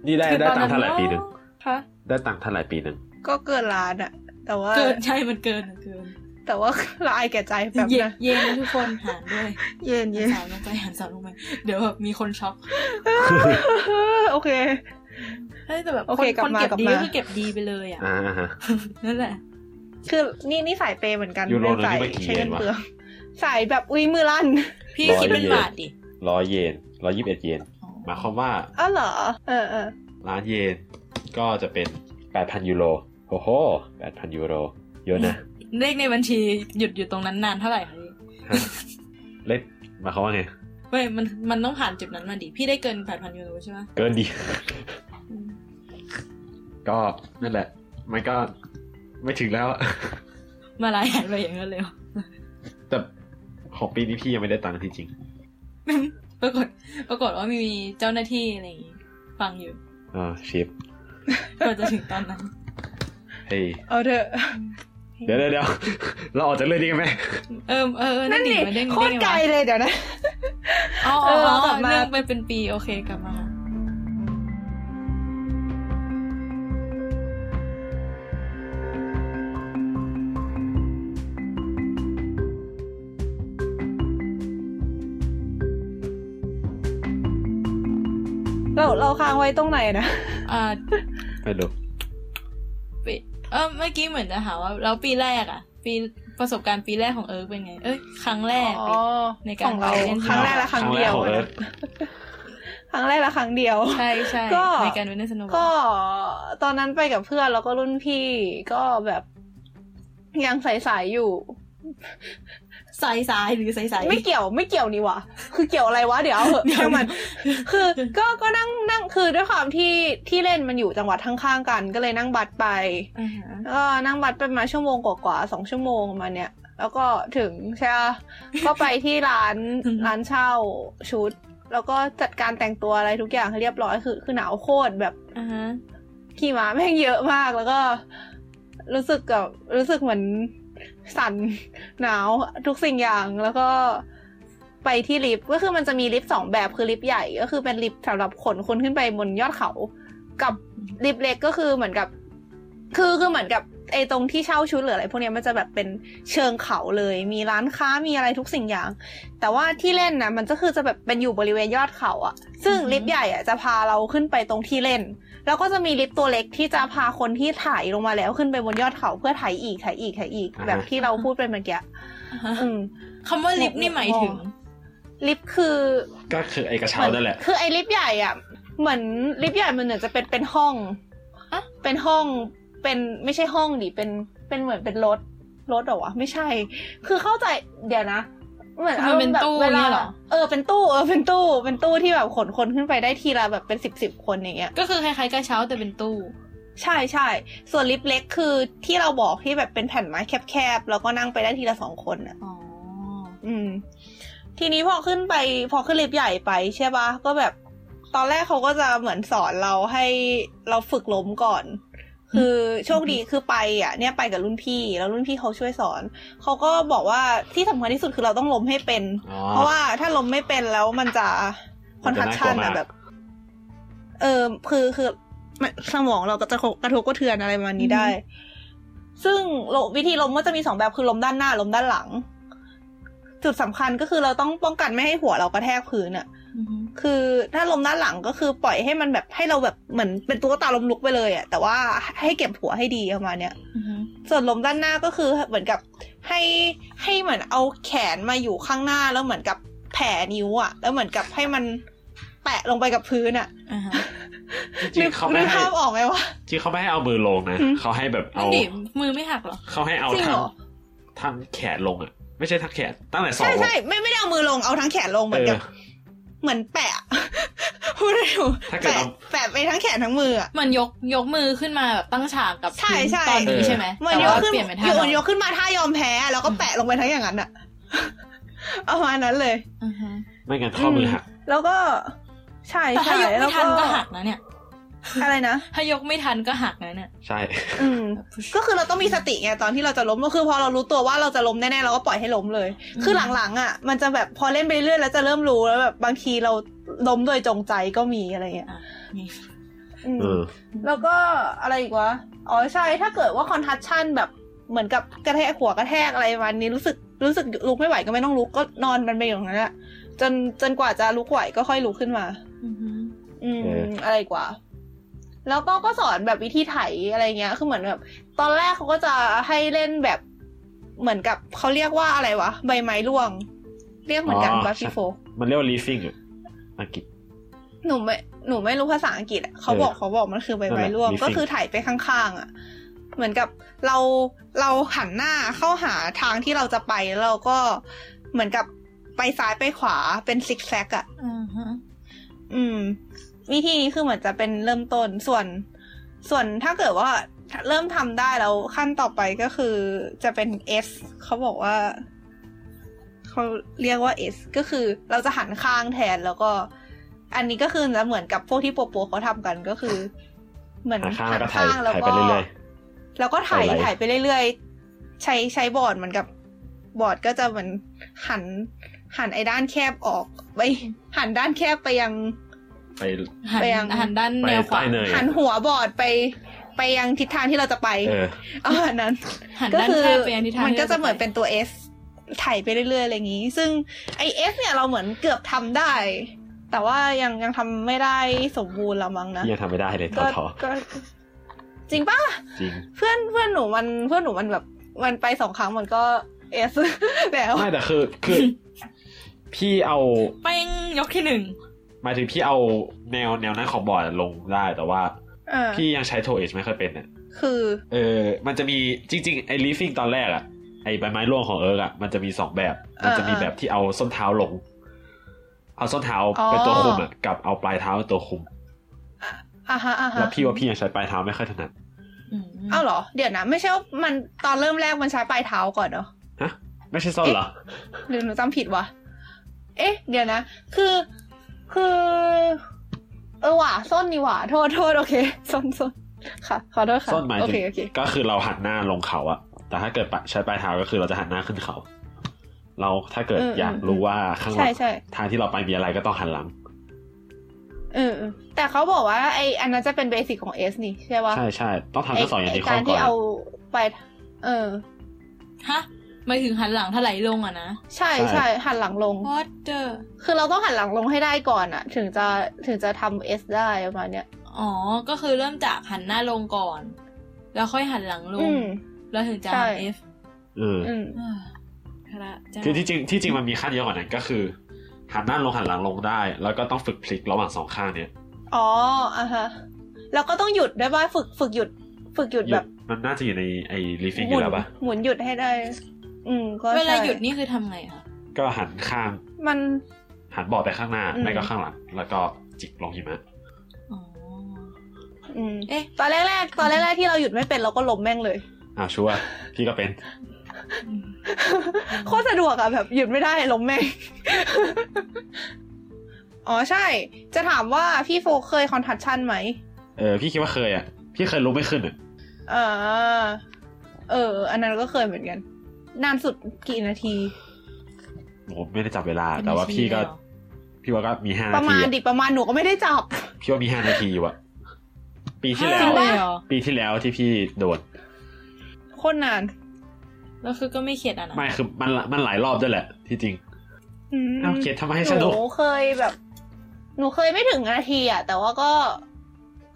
Speaker 2: นี่ได้
Speaker 3: คือ
Speaker 2: ได้
Speaker 3: ตอน
Speaker 2: ตัง
Speaker 3: นั้
Speaker 2: ค์เท่า
Speaker 3: น
Speaker 2: ไหร่ปีหนึ่ง
Speaker 3: คะ
Speaker 2: ได้ตังค์เท่าไหร่ปีหนึ่ง
Speaker 1: ก็เกินล้านอะแต่ว่า
Speaker 3: เกินใช่มันเกินเกิน
Speaker 1: แต่ว่าละอายแก่ใจแป๊บ
Speaker 3: เย็น
Speaker 1: นะ
Speaker 3: เย็นนะทุกคนหารด้วย
Speaker 1: เย็นเย็
Speaker 3: หัน
Speaker 1: น
Speaker 3: สามลงไปหันสามลงไปเดี๋ยวแบบมีคนช็อก
Speaker 1: โอเค
Speaker 3: เฮ้ยแต่แบบ
Speaker 1: โอ
Speaker 3: ค
Speaker 1: เคนกลับ
Speaker 3: ค
Speaker 1: มากลับ
Speaker 3: นเก็บดี
Speaker 1: มา
Speaker 3: ก็คือเก็บดีไปเลยอ่ะ
Speaker 2: อ่าฮะ
Speaker 3: นั่นแหละ
Speaker 1: คือนี่นี่สายเปย์เหมือนกัน
Speaker 2: ยูโร
Speaker 1: เป็นสาย
Speaker 2: นี่มันกี่
Speaker 1: ใช้
Speaker 2: เย
Speaker 1: เงิ
Speaker 2: น
Speaker 1: น
Speaker 2: วะ
Speaker 1: เปลืองสายแบบอุ้ยมือลั่น
Speaker 3: พี่
Speaker 2: ร้อย
Speaker 3: คิดเป็น
Speaker 2: เยน
Speaker 3: บาทดิ
Speaker 2: ร้อยเยนร้อยยี่สิบเอ็ดเยนหมายความว่า
Speaker 1: อ้าวเหรอ เออเออ
Speaker 2: ล้านเยนก็จะเป็นแปดพันยูโรโอ้โหแปดพันยูโรเยอะนะ
Speaker 3: เลขในบัญชีหยุดอยู่ตรงนั้นนานเท่าไหร่คะพี่
Speaker 2: ฮะเล็กหมายความว่าไง
Speaker 3: เว้ยมันมันต้องผ่านจุดนั้นมาดิ พี่ได้เกิน 8,000 ยูโรใช่ไหม
Speaker 2: เกินดี ก็นั่นแหละ มันก็ไม่ถึงแล้วอะ
Speaker 3: มาลายหันไปอย่างนั้นเลยเหรอ
Speaker 2: แต่ ของปีนี้พี่ยังไม่ได้ตังค์ที่จริง
Speaker 3: ปรากฏปรากฏว่ามีเจ้าหน้าที่อะไรอย่างงี้ฟังอยู่
Speaker 2: เออชิป
Speaker 3: เราจะถึงตอนนั้น
Speaker 2: เฮ้ย
Speaker 1: เอาเถอะ
Speaker 2: เดี๋ยวเดี๋ยวเดี๋ยวเราออกจากเรื่องนี้กันไหม
Speaker 3: เออเออเออ
Speaker 1: นั่น
Speaker 3: ดิ
Speaker 1: นี่
Speaker 3: มันเด้ง
Speaker 1: โคตร
Speaker 3: เด้ง
Speaker 1: ไกล
Speaker 3: วะ
Speaker 1: เลยเดี๋ยวนะ
Speaker 3: อ๋อ
Speaker 1: เอ
Speaker 3: อ๋อ
Speaker 1: อ
Speaker 3: อ๋อ
Speaker 1: เอากลับมา
Speaker 3: เรื่องไปเป็นปีโอเคกลับมา
Speaker 1: เราเราค้างไว้ตรงไหนนะ
Speaker 3: อ่า
Speaker 2: ไม่รู้
Speaker 3: ปีเออเมื่อกี้เหมือนจะหาว่าแล้วปีแรกอ่ะ ปีประสบการณ์ปีแรกของเอิร์กเป็นไง เอ้ยครั้งแรก
Speaker 1: อ๋อ
Speaker 3: ในการ
Speaker 1: ของเรา
Speaker 3: ไปเล่น
Speaker 1: ครั้งแรกและครั้งเดียว
Speaker 2: ของเอิร์ธ
Speaker 1: นะครั้งแรกและครั้งเดียว
Speaker 3: ใช่ใช่
Speaker 1: ก็
Speaker 3: ในการเล่นสนุก
Speaker 1: ก็ตอนนั้นไปกับเพื่อนแล้วก็รุ่นพี่ก็แบบยังใสๆอยู่
Speaker 3: สายสายหรือสายสาย
Speaker 1: ไม่เกี่ยวไม่เกี่ยวนี่หวะคือเกี่ยวอะไรวะเดี๋ยวเอาเหอะ
Speaker 3: เดี๋ยว
Speaker 1: ช่างมัน คือก็ก็นั่งนั่งคือด้วยความที่ที่เล่นมันอยู่จังหวัดข้างๆกัน ก็เลยนั่งบัสไป
Speaker 3: อ่าฮะ
Speaker 1: ก็นั่งบัสไปมาชั่วโมงกว่าๆสองชั่วโมงประมาณเนี้ยแล้วก็ถึงใช่ปะ ก็ไปที่ร้านร้านเช่าชุด แล้วก็จัดการแต่งตัวอะไรทุกอย่างให้เรียบร้อยคือคือหนาวโคตรแบบ
Speaker 3: อ่าฮะ
Speaker 1: ขี่ม้าแม่งเยอะมากแล้วก็รู้สึกกับรู้สึกเหมือนสั่นหนาวทุกสิ่งอย่างแล้วก็ไปที่ลิฟต์ก็คือมันจะมีลิฟต์สองแบบคือลิฟต์ใหญ่ก็คือเป็นลิฟต์สำหรับขนคนขึ้นไปบนยอดเขา กับลิฟต์เล็กก็คือเหมือนกับ คือคือเหมือนกับไอ้ตรงที่เช่าชุดหรืออะไรพวกเนี้ยมันจะแบบเป็นเชิงเขาเลย มีร้านค้ามีอะไรทุกสิ่งอย่าง แต่ว่าที่เล่นนะมันก็คือจะแบบเป็นอยู่บริเวณยอดเขาอะซึ่งลิฟต์ใหญ่อะจะพาเราขึ้นไปตรงที่เล่น แล้วก็จะมีลิฟต์ตัวเล็กที่จะพาคนที่ถ่ายลงมาแล้วขึ้นไปบนยอดเขาเพื่อถ่ายอีกถ่ายอีกถ่ายอีก แบบที่เราพูดไปเมื่อกี้
Speaker 3: อ่าฮะ
Speaker 1: อืม
Speaker 3: คำว่าลิฟต์นี่หมายถึง
Speaker 1: ลิฟต์คือ
Speaker 2: ก็คือไอกระเช้านั่นแหละ
Speaker 1: คือไอ้ลิฟต์ใหญ่อ่ะ เหมือนลิฟต์ใหญ่มันเหมือนจะเป็นเป็นห้อง
Speaker 3: อะ
Speaker 1: เป็นห้อง เป็นไม่ใช่ห้องดิ เป็นเป็นเหมือนเป็นรถรถเหรอวะไม่ใช่ คือเข้าใจเดี๋ยวนะ เหมือน
Speaker 3: คือมันเป็น
Speaker 1: อารณ์แบบวลา
Speaker 3: ตู้เนี่ยเหรอ
Speaker 1: เออเป็นตู้เออเป็นตู้เป็นตู้ที่แบบขนคนขึ้นไปได้ทีละแบบเป็นสิบสิบคนอย่างเงี้ย
Speaker 3: ก็คือคล้ายๆกระเช้าแต่เป็นตู้
Speaker 1: ใช่ใช่ ส่วนลิฟต์เล็กคือที่เราบอกที่แบบเป็นแผ่นไม้แคบๆแล้วก็นั่งไปได้ทีละสองคนอ่ะ
Speaker 3: อ๋อ
Speaker 1: อืม ทีนี้พอขึ้นไป พอขึ้นลิฟต์ใหญ่ไปใช่ปะก็แบบ ตอนแรกเขาก็จะเหมือนสอนเราให้เราฝึกล้มก่อน คือโชคดีคือไปอ่ะ เนี่ยไปกับรุ่นพี่ แล้วรุ่นพี่เขาช่วยสอน เขาก็บอกว่าที่สำคัญที่สุดคือเราต้องล้มให้เป็น
Speaker 2: อ๋อ
Speaker 1: เพราะว่าถ้าล้มไม่เป็นแล้วมันจะคอนทัชชัน
Speaker 2: มันจะน่ากลัวมา
Speaker 1: อะ
Speaker 2: ก
Speaker 1: แบบ เออคือคือมันสมองเราก็จะกระทบกระเทือนอะไรประมาณนี้ได้ ซึ่งโลวิธีล้มก็จะมีสองแบบคือล้มด้านหน้าล้มด้านหลัง จุดสำคัญก็คือเราต้องป้องกันไม่ให้หัวเรากระแทกพื้นอะ
Speaker 3: อือฮึ
Speaker 1: คือถ้าล้มด้านหลังก็คือปล่อยให้มันแบบให้เราแบบเหมือนเป็นตุ๊กตาล้มลุกไปเลยอะแต่ว่าให้เก็บหัวให้ดีประมาณเนี้ย
Speaker 3: อือฮึ
Speaker 1: ส่วนลมด้านหน้าก็คือเหมือนกับให้ให้เหมือนเอาแขนมาอยู่ข้างหน้าแล้วเหมือนกับแผ่นิ้วอะแล้วเหมือนกับให้มันแปะลงไปกับพื้นอะ
Speaker 3: อ่าฮะ
Speaker 2: จริงๆเขาไม่
Speaker 1: นึก
Speaker 2: ให้
Speaker 1: ภาพออกไหมวะ
Speaker 2: จริงๆเขาไม่ให้เอามือลงนะ
Speaker 1: อืม
Speaker 2: เขาให้แบบ
Speaker 3: นั่
Speaker 2: เอา
Speaker 3: นดิมือไม่หักเหรอ
Speaker 2: เขาให้เอา
Speaker 1: จริง
Speaker 2: ทั้
Speaker 1: เหรง อ
Speaker 2: ทั้งแขนลงอ่ะ ไม่ใช่ทั้งแขนตั้งแต่สอง
Speaker 1: ใช่
Speaker 2: ลง
Speaker 1: ใช่ไม่ไม่ได้เอามือลงเอาทั้งแขนลงเห
Speaker 2: เอ
Speaker 1: มือน
Speaker 2: อ
Speaker 1: กับเหมือนแปะ พูดได้ถูก
Speaker 2: ถ้าเกิด
Speaker 1: แปะ
Speaker 2: เอา
Speaker 1: แปะไปทั้งแขนทั้งมืออะ
Speaker 3: มันยกยกมือขึ้นมาแบบตั้งฉากกับ
Speaker 1: ใช่
Speaker 3: พื้น
Speaker 1: ใช่
Speaker 3: ตอนนี้ใช่ไหม
Speaker 1: มัน
Speaker 3: แต่
Speaker 1: ยก
Speaker 3: ว่า
Speaker 1: ขึ้น
Speaker 3: เปลี่ยนเป็นท่า
Speaker 1: โย
Speaker 3: นอน น
Speaker 1: ยกขึ้นมาถ้ายอมแพ้แล้วก็แปะลงไปทั้งอย่างนั้นอะ ประมาณนั้นเลย
Speaker 3: อือฮะ
Speaker 2: ไม่งั้นข้อมือหัก
Speaker 1: แล้วก็ใช่
Speaker 3: แต่ถ้า
Speaker 1: ใช่
Speaker 3: ยก
Speaker 1: แล้
Speaker 3: ไม่
Speaker 1: ว
Speaker 3: ทันก็หักนะเนี่ย
Speaker 1: อะไรนะ
Speaker 3: ถ้ายกไม่ทันก็หักนะเนี่ย
Speaker 2: ใช่
Speaker 1: อืม ก็คือเราต้องมีสติไงตอนที่เราจะล้มก็คือพอเรารู้ตัวว่าเราจะล้มแน่ๆเราก็ปล่อยให้ล้มเลย คือหลังๆอ่ะมันจะแบบพอเล่นไปเรื่อยๆแล้วจะเริ่มรู้แล้วแบบบางทีเราล้มโดยจงใจก็มีอะไรเงี้ย
Speaker 3: อ่ะนี่
Speaker 1: อืม
Speaker 2: เออ
Speaker 1: แล้วก็อะไรอีกวะอ๋อใช่ถ้าเกิดว่าคอนทัชชั่นแบบเหมือนกับกระแทกหัวกระแทกอะไรวันนี้รู้สึกรู้สึกลุกไม่ไหวก็ไม่ต้องลุกก็นอนมันไปอย่างนั้นแหละจนจนกว่าจะลุกไหวก็ค่อยลุกขึ้นมา
Speaker 3: อือฮึ
Speaker 1: อืม
Speaker 2: เอออ
Speaker 1: อะไรกว่า แล้วก็ก็สอนแบบวิธีไถอะไรเงี้ย คือเหมือนแบบ ตอนแรกเขาก็จะให้เล่นแบบเหมือนกับเขาเรียกว่าอะไรวะ ใบไม้ร่วง เรียกเหมือนกันบัฟฟี่โฟ
Speaker 2: มันเรียกว่า leafing อ่ะอังกฤษ
Speaker 1: หนูไม่หนูไม่รู้ภาษาอังกฤษอะเขาบอก
Speaker 2: เออ
Speaker 1: เขาบอกมันคือใบไม้ร่วง
Speaker 2: นั่นแหละ
Speaker 1: ก็คือไถไปข้างๆอ่ะ เหมือนกับเราเราหันหน้าเข้าหาทางที่เราจะไปแล้วเราก็เหมือนกับไปซ้ายไปขวาเป็นซิกแซกอ่ะ
Speaker 3: อ่าฮะ
Speaker 1: อืม วิธีนี้คือเหมือนจะเป็นเริ่มต้นส่วน ส่วนถ้าเกิดว่าเริ่มทำได้แล้วขั้นต่อไปก็คือจะเป็น S เขาบอกว่า เขาเรียกว่า S ก็คือเราจะหันข้างแทนแล้วก็ อันนี้ก็คือจะเหมือนกับพวกที่โปโปเขาทำกันก็คือ เหมือน
Speaker 2: หันข้าง
Speaker 1: หั
Speaker 2: แล้วก็
Speaker 1: นข้างแล้วก็
Speaker 2: ถ่ายถ่ายไปเรื่อย
Speaker 1: แล้วก็ถ่าย
Speaker 2: ถ่ายไหล
Speaker 1: ถ่ายไปเรื่อยๆ ใช้ใช้บอร์ดเหมือนกับบอร์ดก็จะเหมือนหัน หันไอ้ด้านแคบออกไปหันด้านแคบไปยัง
Speaker 2: ไป
Speaker 3: หัน
Speaker 1: ไปยัง
Speaker 3: หันด้าน
Speaker 2: ไป
Speaker 3: แนวขวา
Speaker 2: ใต้เนย
Speaker 1: หันหัวบอร์ดไปไปยังทิศทางที่เราจะไป
Speaker 2: เออ
Speaker 1: เอาอันนั้น
Speaker 3: หัน
Speaker 1: ก็
Speaker 3: ด้าน
Speaker 1: คือ
Speaker 3: แคบไปยังทิศทาง
Speaker 1: มันก็จะเหมือน
Speaker 3: ที่รา
Speaker 1: เป็นตัว S ไถ่ายไปเรื่อยๆอะไรอย่างนี้ ซึ่งไอเอเนี่ยเราเหมือนเกือบทำได้ แต่ว่ายังยังทำไม่ได้สมบูรณ์ละมั้งนะ
Speaker 2: ยังทำไม่ได้เลยท
Speaker 1: ก็
Speaker 2: อทอ
Speaker 1: ก็จริงปะ
Speaker 2: จริง
Speaker 1: เพื่อนเพื่อนหนูมันเพื่อนหนูมันแบบมันไปสองครั้งมันก็เอส แล้ว
Speaker 2: ไม่แต่คือ คือ พี่เอา
Speaker 3: เป้งยกที่หนึ่ง
Speaker 2: หมายถึงพี่เอาแนวแนวนั้นของบอร์ดลงได้แต่ว่า
Speaker 1: เออ
Speaker 2: พี่ยังใช้โทเอชไม่ค่อยเป็นอ่ะ
Speaker 1: คือ
Speaker 2: เออ มันจะมีจริง ๆ ไอ้ลีฟิ่งตอนแรกอ่ะไอ้ใบไม้ร่วงของเอิร์กอ่ะมันจะมีสองแบบ มันจะมีแบบที่เอาส้นเท้าลง เอาส้นเท้าเป็นตัวคุมอ่ะกับเอาปลายเท้าเป็นตัวคุม
Speaker 1: อ่ะฮะอ่ะฮะ
Speaker 2: แล้วพี่ว่าพี่ยังใช้ปลายเท้าไม่ค่อยถนัด
Speaker 3: อืม
Speaker 1: เอ้าเหรอ เดี๋ยวนะ ไม่ใช่ว่ามันตอนเริ่มแรกมันใช้ปลายเท้าก่อนเหรอ
Speaker 2: ไม่ใช่ส้นเหรอ
Speaker 1: หรือหนูจำผิดวะ เอ๊ะ เดี๋ยวนะ คือ คือ เออว่ะส้นนี่หว่า โทษโทษโอเค ส้นส้นค่ะ ขอโทษค่ะ
Speaker 2: ส้นหมาย
Speaker 1: โอ
Speaker 2: ถึ
Speaker 1: เค
Speaker 2: ง
Speaker 1: โอเค
Speaker 2: ก็คือเราหันหน้าลงเขาอะแต่ถ้าเกิดปะใช้ปลายเท้าก็คือเราจะหันหน้าขึ้นเขา เราถ้าเกิด
Speaker 1: เออ
Speaker 2: อ
Speaker 1: อ
Speaker 2: ยากรู้ว่าข้างหลั
Speaker 1: ใช่
Speaker 2: ง
Speaker 1: ใช่
Speaker 2: ทางที่เราไปมีอะไรก็ต้องหันหลัง
Speaker 1: เออเออ แต่เขาบอกว่าไออันนั้นจะเป็นเบสิกของเอสนี่ใช่ปะ
Speaker 2: ใช่ใช่ต้องทำ
Speaker 1: ไอ้
Speaker 2: ทั้งสองอย่าง
Speaker 1: ไอ้
Speaker 2: นี้คร
Speaker 1: กา
Speaker 2: บ
Speaker 1: ร
Speaker 2: ก่
Speaker 1: ที่
Speaker 2: อน
Speaker 1: เอาไป เออ
Speaker 3: ฮะหมายถึงหันหลังถลายลงอ่ะนะ
Speaker 1: ใช่ใช่หันหลังลง
Speaker 3: วอเตอร์
Speaker 1: คือเราต้องหันหลังลงให้ได้ก่อนอะถึงจะถึงจะทำเอสได้ประมาณเนี้ย
Speaker 3: อ๋อ ก็คือเริ่มจากหันหน้าลงก่อน แล้วค่อยหันหลังล
Speaker 1: อื
Speaker 3: ง
Speaker 1: ม
Speaker 3: แล้วถึงจะ
Speaker 1: ใช่
Speaker 3: หัน F
Speaker 2: เออ
Speaker 1: อืม
Speaker 3: อ่าพระเจ้า
Speaker 2: คือที่จริงที่จริงมันมีขั้นเยอะกว่านั้นก็คือ หันหน้าลงหันหลังลงได้ แล้วก็ต้องฝึกพลิกระหว่างสองข้างเนี่ย
Speaker 1: อ๋ออ่ะฮะ แล้วก็ต้องหยุดด้วยว่าฝึกฝึกหยุด ฝึกหยุด
Speaker 2: ห
Speaker 1: แบ
Speaker 2: ยุด
Speaker 1: บ
Speaker 2: มันน่าจะอยู่ในไอ้ลิฟฟิ่งอ
Speaker 1: มุ
Speaker 2: ยู่
Speaker 1: น
Speaker 2: แล้วปะ
Speaker 1: หมุนหยุดให้ได้ อืม ก็
Speaker 3: เวลา
Speaker 1: ใช่
Speaker 3: หยุดนี่คือทำไงคะ
Speaker 2: ก็หันข้าง
Speaker 1: มัน
Speaker 2: หันบอร์ดไปข้างหน้า
Speaker 1: อืม
Speaker 2: ไม่ก็ข้างหลัง แล้วก็จิกลงหิมะ
Speaker 3: อ๋อ
Speaker 1: อืม
Speaker 3: เอ๊ะ
Speaker 1: ตอนแรกๆ ตอนแรกๆที่เราหยุดไม่เป็นเราก็ล้มแม่งเลย
Speaker 2: อ้าวชัวร์พี่ก็เป็น
Speaker 1: โคตรสะดวกอะแบบหยุดไม่ได้ล้มแม่ง อ๋อใช่ จะถามว่าพี่โฟเคยคอนทัชชั่นไหม
Speaker 2: เออพี่คิดว่าเคยอ่ะพี่เคยรู้ไม่ขึ้นอ่ะ
Speaker 1: เออ เออ อันนั้นก็เคยเหมือนกัน นานสุดกี่นาที
Speaker 2: ผมไม่ได้จับเวลา
Speaker 3: เป็น
Speaker 2: แต่ว่าพี่ก็
Speaker 3: นาทีเลยเหรอ
Speaker 2: พี่ว่าก็มีห้า
Speaker 1: ป
Speaker 2: นา
Speaker 1: ระ
Speaker 2: ที
Speaker 1: มาณ
Speaker 2: อะ
Speaker 1: ดิประมาณหนูก็ไม่ได้จับ
Speaker 2: พี่ว่ามีห้านาทีอยู่อะปีที่
Speaker 3: ที่
Speaker 2: แล้
Speaker 3: แล้ว วเลยเหรอ
Speaker 2: ปีที่แล้วที่พี่โดด
Speaker 1: โคตรนาน
Speaker 3: แล้วคือก็ไม่เข็ดอ่ะนะ
Speaker 2: ไม่คือมันมันหลายรอบด้วยแหละ ที่จริง
Speaker 1: อืม
Speaker 2: เอ้าเขียนทำไมให้
Speaker 1: ห
Speaker 2: สนุ
Speaker 1: นู
Speaker 2: ก
Speaker 1: เคยแบบ หนูเคยไม่ถึงนาทีอะแต่ว่าก็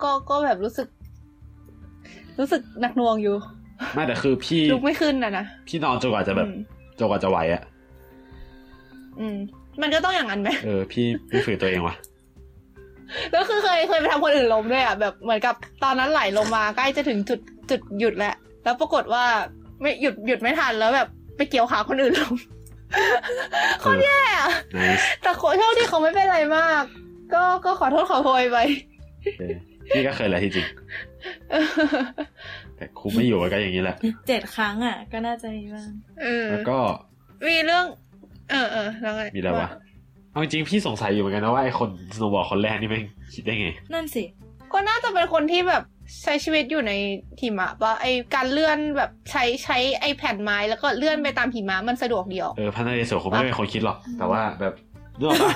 Speaker 1: ก็ก็แบบรู้สึก รู้สึกหนักหน่วงอยู่
Speaker 2: ไม่แต่คือพี่
Speaker 1: ลุกไม่ขึ้นนะนะ
Speaker 2: พี่นอนจนกว่าจะแบบ
Speaker 1: อืม
Speaker 2: จนกว่าจะไหวอะ
Speaker 1: อืม มันก็ต้องอย่างนั้นไหม
Speaker 2: เออพี่พี่ฝืนตัวเองวะ
Speaker 1: แล้วคือเคยเคยไปทำคนอื่นล้มด้วยอะแบบเหมือนกับตอนนั้นไหลลงมาใกล้จะถึงจุดจุดหยุดแล้วแล้วปรากฏว่าไม่หยุดหยุดไม่ทันแล้วแบบไปเกี่ยวขาคนอื่นล้ม
Speaker 2: คนแย่
Speaker 1: แม่อะ
Speaker 2: ไนส์
Speaker 1: แต่ขอโชคดีเขาไม่เป็นไรมาก ก็ก็ขอโทษขอโพยไป
Speaker 2: พี่ก็เคยแหละที่จริง แต่คุมไม่อยู่มันก็อย่างนี้แหละ
Speaker 3: เจ็ดครั้งอ่ะ ก็น่าจะมีบ้าง
Speaker 1: เออ
Speaker 2: แล้วก็
Speaker 1: มีเรื่อง เออเออแล้วไง
Speaker 2: มีอะไรวะเอาจริงๆพี่สงสัยอยู่เหมือนกันนะว่าไอ้คนสโนว์บอร์ดคนแรกนี่แม่งคิดได้ไง
Speaker 3: นั่นสิ
Speaker 1: ก็น่าจะเป็นคนที่แบบใช้ชีวิตอยู่ในหิมะปะไอการเลื่อนแบบใช้ใช้ไอแผ่นไม้แล้วก็เลื่อนไปตามหิมะมันสะดวกดีออก
Speaker 2: เออพระนเรศวรคงไม่ได้เป็นคนคิดหรอก แต่ว่าแบบนึกออกปะ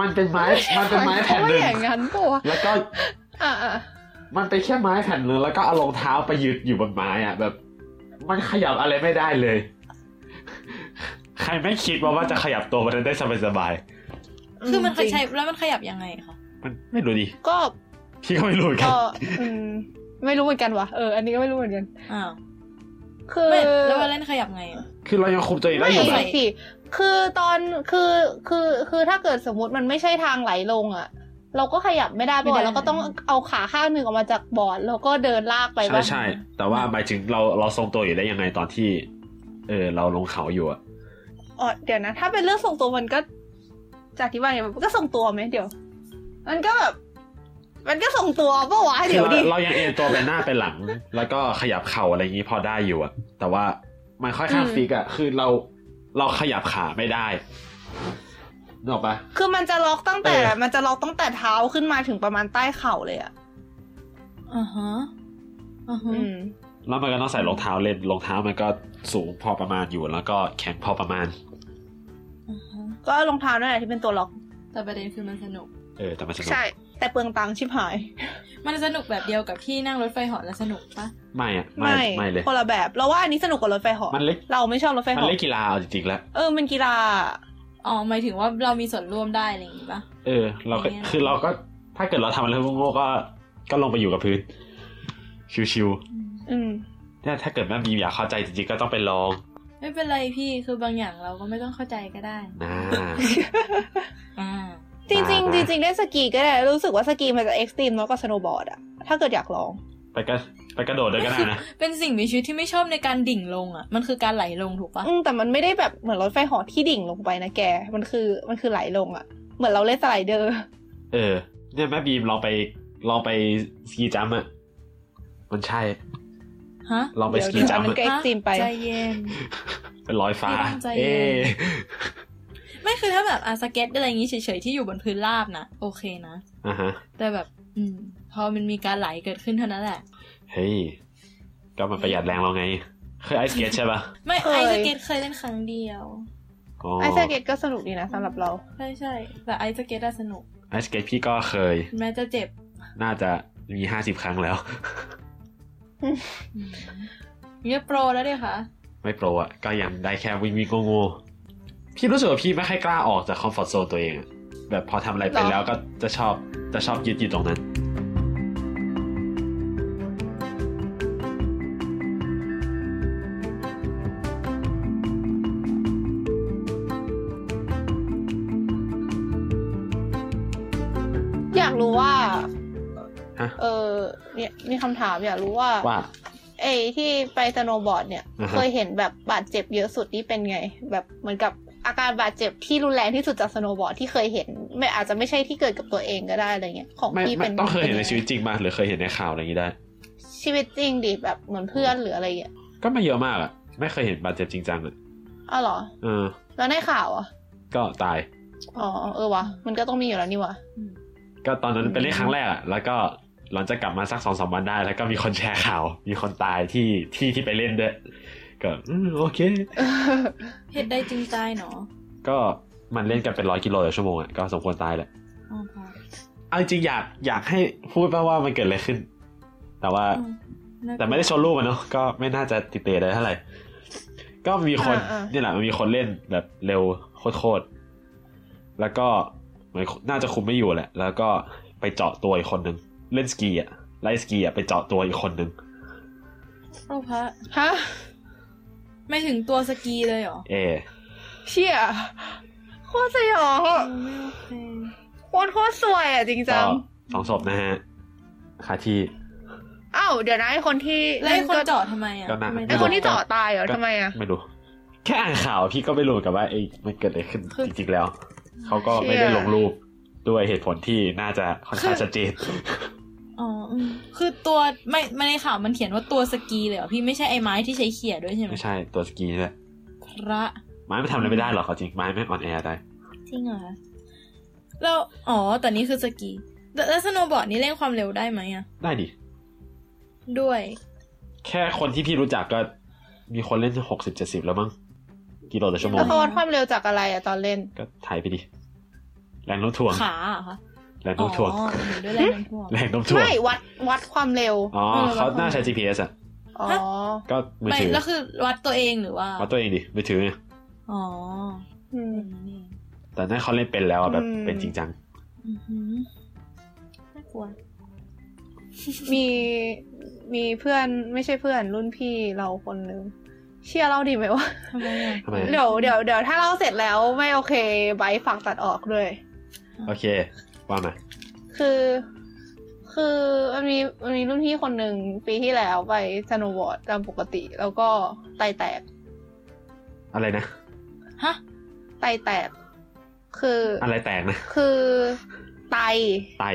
Speaker 2: มันเป็นไม้ มันเป็นไม้แผ่นหนึ่ง
Speaker 1: ไม่อย่างนั้นปะวะ
Speaker 2: แล้วก็
Speaker 1: อ่าอ่า
Speaker 2: มันเป็นแค่ไม้แผ่นหนึ่งแล้วก็เอารองเท้าไปยึดอยู่บนไม้อ่ะ แบบ มันขยับอะไรไม่ได้เลย ใครไม่คิดว่าว่าจะขยับตัวมันได้สบายๆ
Speaker 3: คือมันขยั
Speaker 1: จริ
Speaker 3: บแล้วมันขยับยังไงคะ
Speaker 2: มันไม่รู้ดิ
Speaker 1: งก็
Speaker 2: พี่ก็ไม่รู้เหมือนกัน
Speaker 1: ก็อืมไม่รู้เหมือนกันวะเอออันนี้ก็ไม่รู้เหมือนกัน
Speaker 3: อ้าว
Speaker 1: คือ
Speaker 3: ไม่แล้วเวลาเล่นขยับไงอะ
Speaker 2: คือเรายังคุมตัวเองได้
Speaker 1: ไม่
Speaker 2: อยู่แบบ
Speaker 1: สิคือตอนคือคือคือถ้าเกิดสมมติมันไม่ใช่ทางไหลลงอะเราก็ขยับไม่ได้ปะวะเราก็ต้องเอาขาข้างหนึ่งออกมาจากบอร์ดแล้วก็เดินลากไป
Speaker 2: ใช่
Speaker 1: ปะ
Speaker 2: ใช่แต่ว่าหมายถึงเราเราทรงตัวอยู่ได้ยังไงตอนที่ เออ เราลงเขาอยู่อ่ะ
Speaker 1: อ๋อเดี๋ยวนะ ถ้าเป็นเรื่องส่งตัวมันก็จะอธิบายไงมันก็ส่งตัวไหมเดี๋ยว มันก็แบบ มันก็ส่งตัวเปะวะ
Speaker 2: คื
Speaker 1: เดี๋ยว
Speaker 2: เรา
Speaker 1: ดิ
Speaker 2: เรายังเอนตัวไปหน้าไปหลัง แล้วก็ขยับเข่าอะไรอย่างนี้พอได้อยู่อ่ะ แต่ว่ามันค่อยข้างฟิกอ่ะคือเรา เราขยับขาไม่ได้นึกออกปะ
Speaker 1: คือมันจะล็อกตั้งแต่
Speaker 2: เออ
Speaker 1: มันจะล็อกตั้งแต่เท้าขึ้นมาถึงประมาณใต้เข่าเลยอ่ะ
Speaker 3: อ่าฮะอ่าฮะ
Speaker 1: อืม
Speaker 2: แล้วมันก็ต้องใส่รองเท้าเล่นรองเท้ามันก็สูงพอประมาณอยู่ แล้วก็แข็งพอประมาณ
Speaker 3: อ่าฮะ
Speaker 1: ก็รองเท้านั่นแหละที่เป็นตัวล็อก
Speaker 3: แต่ประเด็นคือมันสนุก
Speaker 2: เออแต่มันสนุก
Speaker 1: ใช่ แต่เปลืองตังค์ชิบหาย
Speaker 3: มันสนุกแบบเดียวกับที่นั่งรถไฟเหอแล้วสนุกปะ
Speaker 2: ไม่อะไม่ไม่เลย
Speaker 1: คนละแบบ เราว่าอันนี้สนุกกว่ารถไฟเหาะ
Speaker 2: มันเล็ก
Speaker 1: เราไม่ชอบรถไฟ
Speaker 2: มัน
Speaker 1: เหาะ
Speaker 2: เล่นกีฬาเอาจริงๆแล้ว
Speaker 1: เออมันกีฬา
Speaker 3: อ๋อหมายถึงว่าเรามีส่วนร่วมได้อะไรอย่างงี้ปะ
Speaker 2: เออ เราก็
Speaker 3: อย่างเงี้ย
Speaker 2: คือเราก็ถ้าเกิดเราทำอะไรโง่ๆก็ก็ลงไปอยู่กับพื้น ชิว
Speaker 1: อืม
Speaker 2: ๆถ้าถ้าเกิดแม่บีมอยากเข้าใจจริงๆก็ต้องไปลอง
Speaker 3: ไม่เป็นไรพี่คือบางอย่างเราก็ไม่ต้องเข้าใจก็ได้
Speaker 2: นะ
Speaker 3: อ่า
Speaker 1: จริงจริง
Speaker 2: อ่า
Speaker 1: จ
Speaker 2: ฮะ
Speaker 1: ริงๆได้สกีก็ได้ รู้สึกว่าสกีมันจะเอ็กซ์ตรีมน้อยกว่าสโนว์บอร์ดอะถ้าเกิดอยากลอง
Speaker 2: ไปกระไปกระโดดด้วยก็ได้นะ
Speaker 3: เป็นสิ่งมีชีวิตที่ไม่ชอบในการดิ่งลงอ่ะ มันคือการไหลลงถูกปะ
Speaker 1: อืมแต่มันไม่ได้แบบเหมือนรถไฟเหอที่ดิ่งลงไปนะแก มันคือมันคือไหลลงอะเหมือนเราเล่นสไลเดอร์
Speaker 2: เออ เนี่ยแม่บีมลองไปลองไปสกีจัมป์อะมันใช่
Speaker 3: ฮะ
Speaker 2: ลองไปสกีจัมป์
Speaker 1: เดี๋ยวเดี๋ยวมัน
Speaker 2: อะ
Speaker 1: เกิด extreme ไป
Speaker 3: ใจเย็น
Speaker 2: เป็นลอยฟ้า
Speaker 3: พี่ต้องใจเย็น
Speaker 2: เอ๊ะ
Speaker 3: ไม่คือถ้าแบบอาสเก็ตอะไรอย่างงี้เฉยๆที่อยู่บนพื้นราบนะโอเคนะ
Speaker 2: อ่ะฮะ
Speaker 3: แต่แบบ อืม พอมันมีการไหลเกิดขึ้นเท่านั้นแหละ
Speaker 2: เฮ้ย ก็มันประหยัดแรงเราไง เคยไอสเกตใช่ปะ
Speaker 3: ไม่
Speaker 1: เค
Speaker 3: ไอย สเก็ตเคยเล่นครั้งเดียว
Speaker 2: อ๋อ
Speaker 1: ไอสเก็ตก็สนุกดีนะสำหรับเรา
Speaker 3: ใช่ใช่แต่ไอสเก็ตอะสนุก
Speaker 2: ไอสเกตพี่ก็เคย
Speaker 3: แม้จะเจ็บ
Speaker 2: น่าจะมีห้าสิบครั้งแล้ว
Speaker 3: อืมเนี่ยโปรแล้วด้วยค่ะ
Speaker 2: ไม่โปรอ่ะ ก็ยังได้แค่วิ่งวิ่งโง่ๆพี่รู้สึกว่าพี่ไม่ค่อยกล้าออกจากคอมฟอร์ทโซนตัวเองอะแบบพอทำอะไรไป
Speaker 1: หรอ
Speaker 2: แล้วก็จะชอบจะชอบยึดอยู่ตรงนั้น
Speaker 1: อยากรู้ว่า
Speaker 2: ฮะ
Speaker 1: เออเนี่ยมีคำถามอยากรู้ว่า
Speaker 2: ว่า
Speaker 1: ไอ้ที่ไปสโนว์บอร์ดเนี่ย
Speaker 2: อ่าฮะ
Speaker 1: เคยเห็นแบบบาดเจ็บเยอะสุดนี่เป็นไง แบบเหมือนกับอาการบาดเจ็บที่รุนแรงที่สุดจากสโนว์บอร์ดที่เคยเห็น ไม่อาจจะไม่ใช่ที่เกิดกับตัวเองก็ได้อะไรเงี้ยของ
Speaker 2: ไม่
Speaker 1: พี่
Speaker 2: ไม่
Speaker 1: เป็น
Speaker 2: ต้องเคยเห็นใน
Speaker 1: ป็งไง
Speaker 2: ชีวิตจริงมาหรือเคยเห็นในข่าวอะไรอย่างนี้ได้
Speaker 1: ชีวิตจริงดิแบบเหมือนเพื่อนหรืออะไรเงี้ย
Speaker 2: ก็ไม่เยอะมากอ่ะ ไม่เคยเห็นบาดเจ็บจริงจังเลย
Speaker 1: อ้าวเหรอ
Speaker 2: เออ
Speaker 1: แล้วในข่าวอ่ะ
Speaker 2: ก็ตาย
Speaker 1: อ๋อเออวะมันก็ต้องมีอยู่แล้วนี่วะ
Speaker 2: ก็ตอนนั้นเป็นเล่นครั้งแรกอะแล้วก็หลังจากกลับมาสักสองสามวันได้ แล้วก็มีคนแชร์ข่าว มีคนตายที่ที่ที่ไปเล่นด้วยก็อืมโอเค
Speaker 1: เออ
Speaker 3: เหตุใดจริงใจเนาะ
Speaker 2: ก็มันเล่นกันเป็นร้อยกิโลต่อชั่วโมงอะก็สมควรตายแหละ
Speaker 3: อ๋อค่ะ
Speaker 2: เอาจริงๆอยากอยากให้พูดบ้างว่ามันเกิดอะไรขึ้น แต่ว่า
Speaker 3: อืมน่ากลัว
Speaker 2: แต่ไม่ได้โชว์รูปมันเนาะ ก็ไม่น่าจะติดเตะได้เท่าไหร่ ก็มีคนนี่แหละมันมีคนเล่นแบบเร็วโคตรๆ แล้วก็เหมือนน่าจะคุมไม่อยู่แหละ แล้วก็ไปเจาะตัวอีกคนนึง เล่นสกีอะไล่สกีอะไปเจาะตัวอีกคนนึง
Speaker 3: โอ้พระ
Speaker 1: ฮะ
Speaker 3: ไม่ถึงตัวสกีเลยเหรอ
Speaker 2: เออ
Speaker 1: เชี่ยโคตรสยอง
Speaker 3: เอ
Speaker 1: อะ
Speaker 3: อไม่โอเค
Speaker 1: โคตรโคตรสวยอ่ะจริงจั
Speaker 2: ก็
Speaker 1: ง
Speaker 2: สองศพนะฮะคาที่
Speaker 1: อ้าวเดี๋ยวนะไอคนที่
Speaker 3: แล้วไอ้คน
Speaker 1: ก็
Speaker 3: เจาะทำไมอ่ะ
Speaker 2: ก็น่า
Speaker 3: ม่
Speaker 1: ไอคนที่เจาะตายเหรอทำไมอ่ะ
Speaker 2: ไม่รู้ แค่อ่านข่าวพี่ก็ไม่รู้เหมือนกับว่าไอ้มันเกิดอะไรขึ้นจริงๆแล้ว เขาก็ไม่ได้ลงรูปด้วยเหตุผลที่น่าจะค่อนข้างชัดเจน
Speaker 3: อ๋ออืมคือตัวไม่ไม่ในข่าวมันเขียนว่าตัวสกีเลยเหรอพี่ไม่ใช่ไอ้ไม้ที่ใช้เขี่ยด้วยใช่ไหม
Speaker 2: ไม่ใช่ตัวสกีนี่แหละ
Speaker 3: พระ
Speaker 2: ไม้ไม่ทำอะไรไม่ได้หรอกเอาจริงไม้ไม่ออนแอร์ได้
Speaker 3: จริงเหรอแล้วอ๋อแต่นี่คือสกีแล้วแล้วสโนว์บอร์ดนี่เร่งความเร็วได้ไหมอ่ะ
Speaker 2: ได้ดิ
Speaker 3: ด้วย
Speaker 2: แค่คนที่พี่รู้จักก็มีคนเล่นหกสิบเจ็ดสิบแล้วมั้งกิโลต่อชั่วโม
Speaker 1: แล้
Speaker 2: ง
Speaker 1: วเขาวัดความเร็วจากอะไรอะตอนเล่น
Speaker 2: ก็ถ่ายไปดิ แรงโน้มถ่วง
Speaker 3: ขาเหรอคะ
Speaker 2: แรง
Speaker 3: อ๋
Speaker 2: โน้มถ่วง
Speaker 3: อหนูด้วยแรงโน้มถ่วง
Speaker 2: แรงโน้มถ่วง
Speaker 1: ไม่วัดวัดความเร็ว
Speaker 2: อ๋อ
Speaker 3: เออ
Speaker 2: เขาน่าใช้
Speaker 3: แล้วเขา
Speaker 2: GPS อ่ะ
Speaker 1: อ๋อ
Speaker 3: ฮะ
Speaker 2: ก็มือ
Speaker 3: ไม่
Speaker 2: ถือ
Speaker 3: แล้วคือวัดตัวเองหรือว่า
Speaker 2: วัดตัวเองดิมือถือไง
Speaker 3: อ๋อ
Speaker 1: อืม
Speaker 3: อย่างนี้นี่เอง
Speaker 2: แต่นั่นเขาเล่นเป็นแล้วอะแบบ
Speaker 1: อืม
Speaker 2: เป็นจริงจัง
Speaker 3: อือหือน่ากลัว
Speaker 1: มีมีเพื่อนไม่ใช่เพื่อนรุ่นพี่เราคนนึงเชื่อเล่าดีไหมวะ
Speaker 3: ทำไมอ่ะ
Speaker 2: ทำไม
Speaker 1: เดี๋ยวเดี๋ยวเดี๋ยวถ้าเล่าเสร็จแล้วไม่โอเคไบร์ทฝากตัดออกด้วย
Speaker 2: โอเค ว่ามา
Speaker 1: คือคือมันมีมันมีรุ่นพี่คนหนึ่งปีที่แล้วไปสโนว์บอร์ดตามปกติ แล้วก็ไตแตก
Speaker 2: อะไรนะ
Speaker 3: ฮะ
Speaker 1: ไตแตก คืออ
Speaker 2: อะไรแตกนะ
Speaker 1: คือไต
Speaker 2: ไต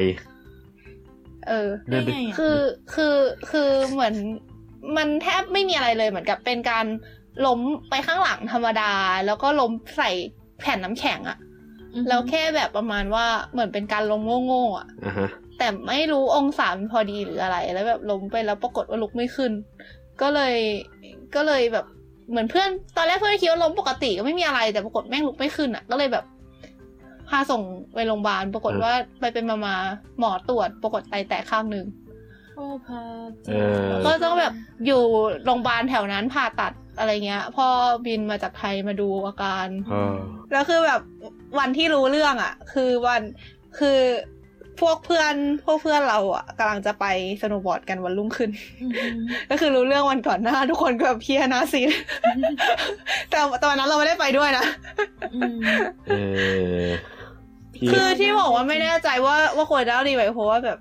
Speaker 1: เออ
Speaker 2: เนี่ยเป็น
Speaker 3: ได้ไงะ
Speaker 1: คือคือคือเหมือนมันแทบไม่มีอะไรเลยเหมือนกับเป็นการ
Speaker 4: ล้มไปข้างหลังธรรมดา แล้วก็ล้มใส่แผ่นน้ำแข็งอะ
Speaker 3: อือฮึ
Speaker 4: แล้วแค่แบบประมาณว่าเหมือนเป็นการล้มโง่ๆอะ
Speaker 2: อ่าฮะ
Speaker 4: แต่ไม่รู้องศามันพอดีหรืออะไร แล้วแบบล้มไปแล้วปรากฏว่าลุกไม่ขึ้น ก็เลยก็เลยแบบเหมือนเพื่อนตอนแรกเพื่อนคิดว่าล้มปกติก็ไม่มีอะไรแต่ปรากฏแม่งลุกไม่ขึ้นอะก็เลยแบบพาส่งไปโรงพยาบาลปรากฏว่าไปเป็นมามาหมอตรวจ ปรากฏไตแตกข้างหนึ่ง
Speaker 3: โอ้พา
Speaker 2: เออ
Speaker 4: ก็ต้องแบบอยู่โรงพยาบาลแถวนั้นผ่าตัดอะไรเงี้ย พ่อบินมาจากไทยมาดูอาการ
Speaker 2: เออ
Speaker 1: แล้วคือแบบวันที่รู้เรื่องอะ่ะ คือวันคือพวกเพื่อนพวกเพื่อนเราอะ่ะกำลังจะไปสโนว์บอร์ดกันวันรุ่งขึ้น
Speaker 3: อือฮึ
Speaker 1: ก็คือรู้เรื่องวันก่อนหน้า ทุกคนก็แบบเพียหนาซีด แต่ตอนนั้นเราไม่ได้ไปด้วยนะ
Speaker 3: อืม
Speaker 2: เออพี่
Speaker 1: คือที่บอกว่าไม่แน่ใจว่าว่าควรจะเล่าดีไหมเพราะว่าแบบ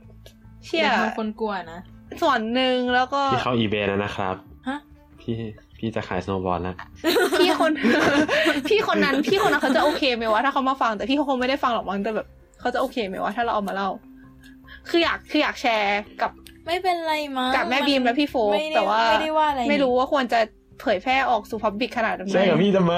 Speaker 1: เชี่ย
Speaker 3: เดี๋ยวทำคนกลัวนะ
Speaker 1: ส่วนหนึ่งแล้วก็
Speaker 2: พี่เข้าอีเบแล้วนะครับ
Speaker 3: ฮะ
Speaker 2: พี่พี่จะขายสโนว์บอลแล้ว
Speaker 4: พี่คน พี่คนนั้น พี่คนนั้นเขาจะโอเคไหมวะถ้าเขามาฟัง แต่พี่เขาคงไม่ได้ฟังหรอกมั้งแต่แบบเขาจะโอเคไหมวะถ้าเราเอามาเล่า คืออยากคืออยากแชร์กับ
Speaker 3: ไม่เป็นไรมั้ง
Speaker 4: กับแม่บีมและพี่โฟก
Speaker 3: ไม่ได้
Speaker 4: แต่ว่า
Speaker 3: ไม่ได้ว่าอะไร
Speaker 4: ไม่รู้ว่าควรจะเผยแพร่ออกสู่พับบิกขนาดนั้นไหม
Speaker 2: ใช่กับพี่ทำไม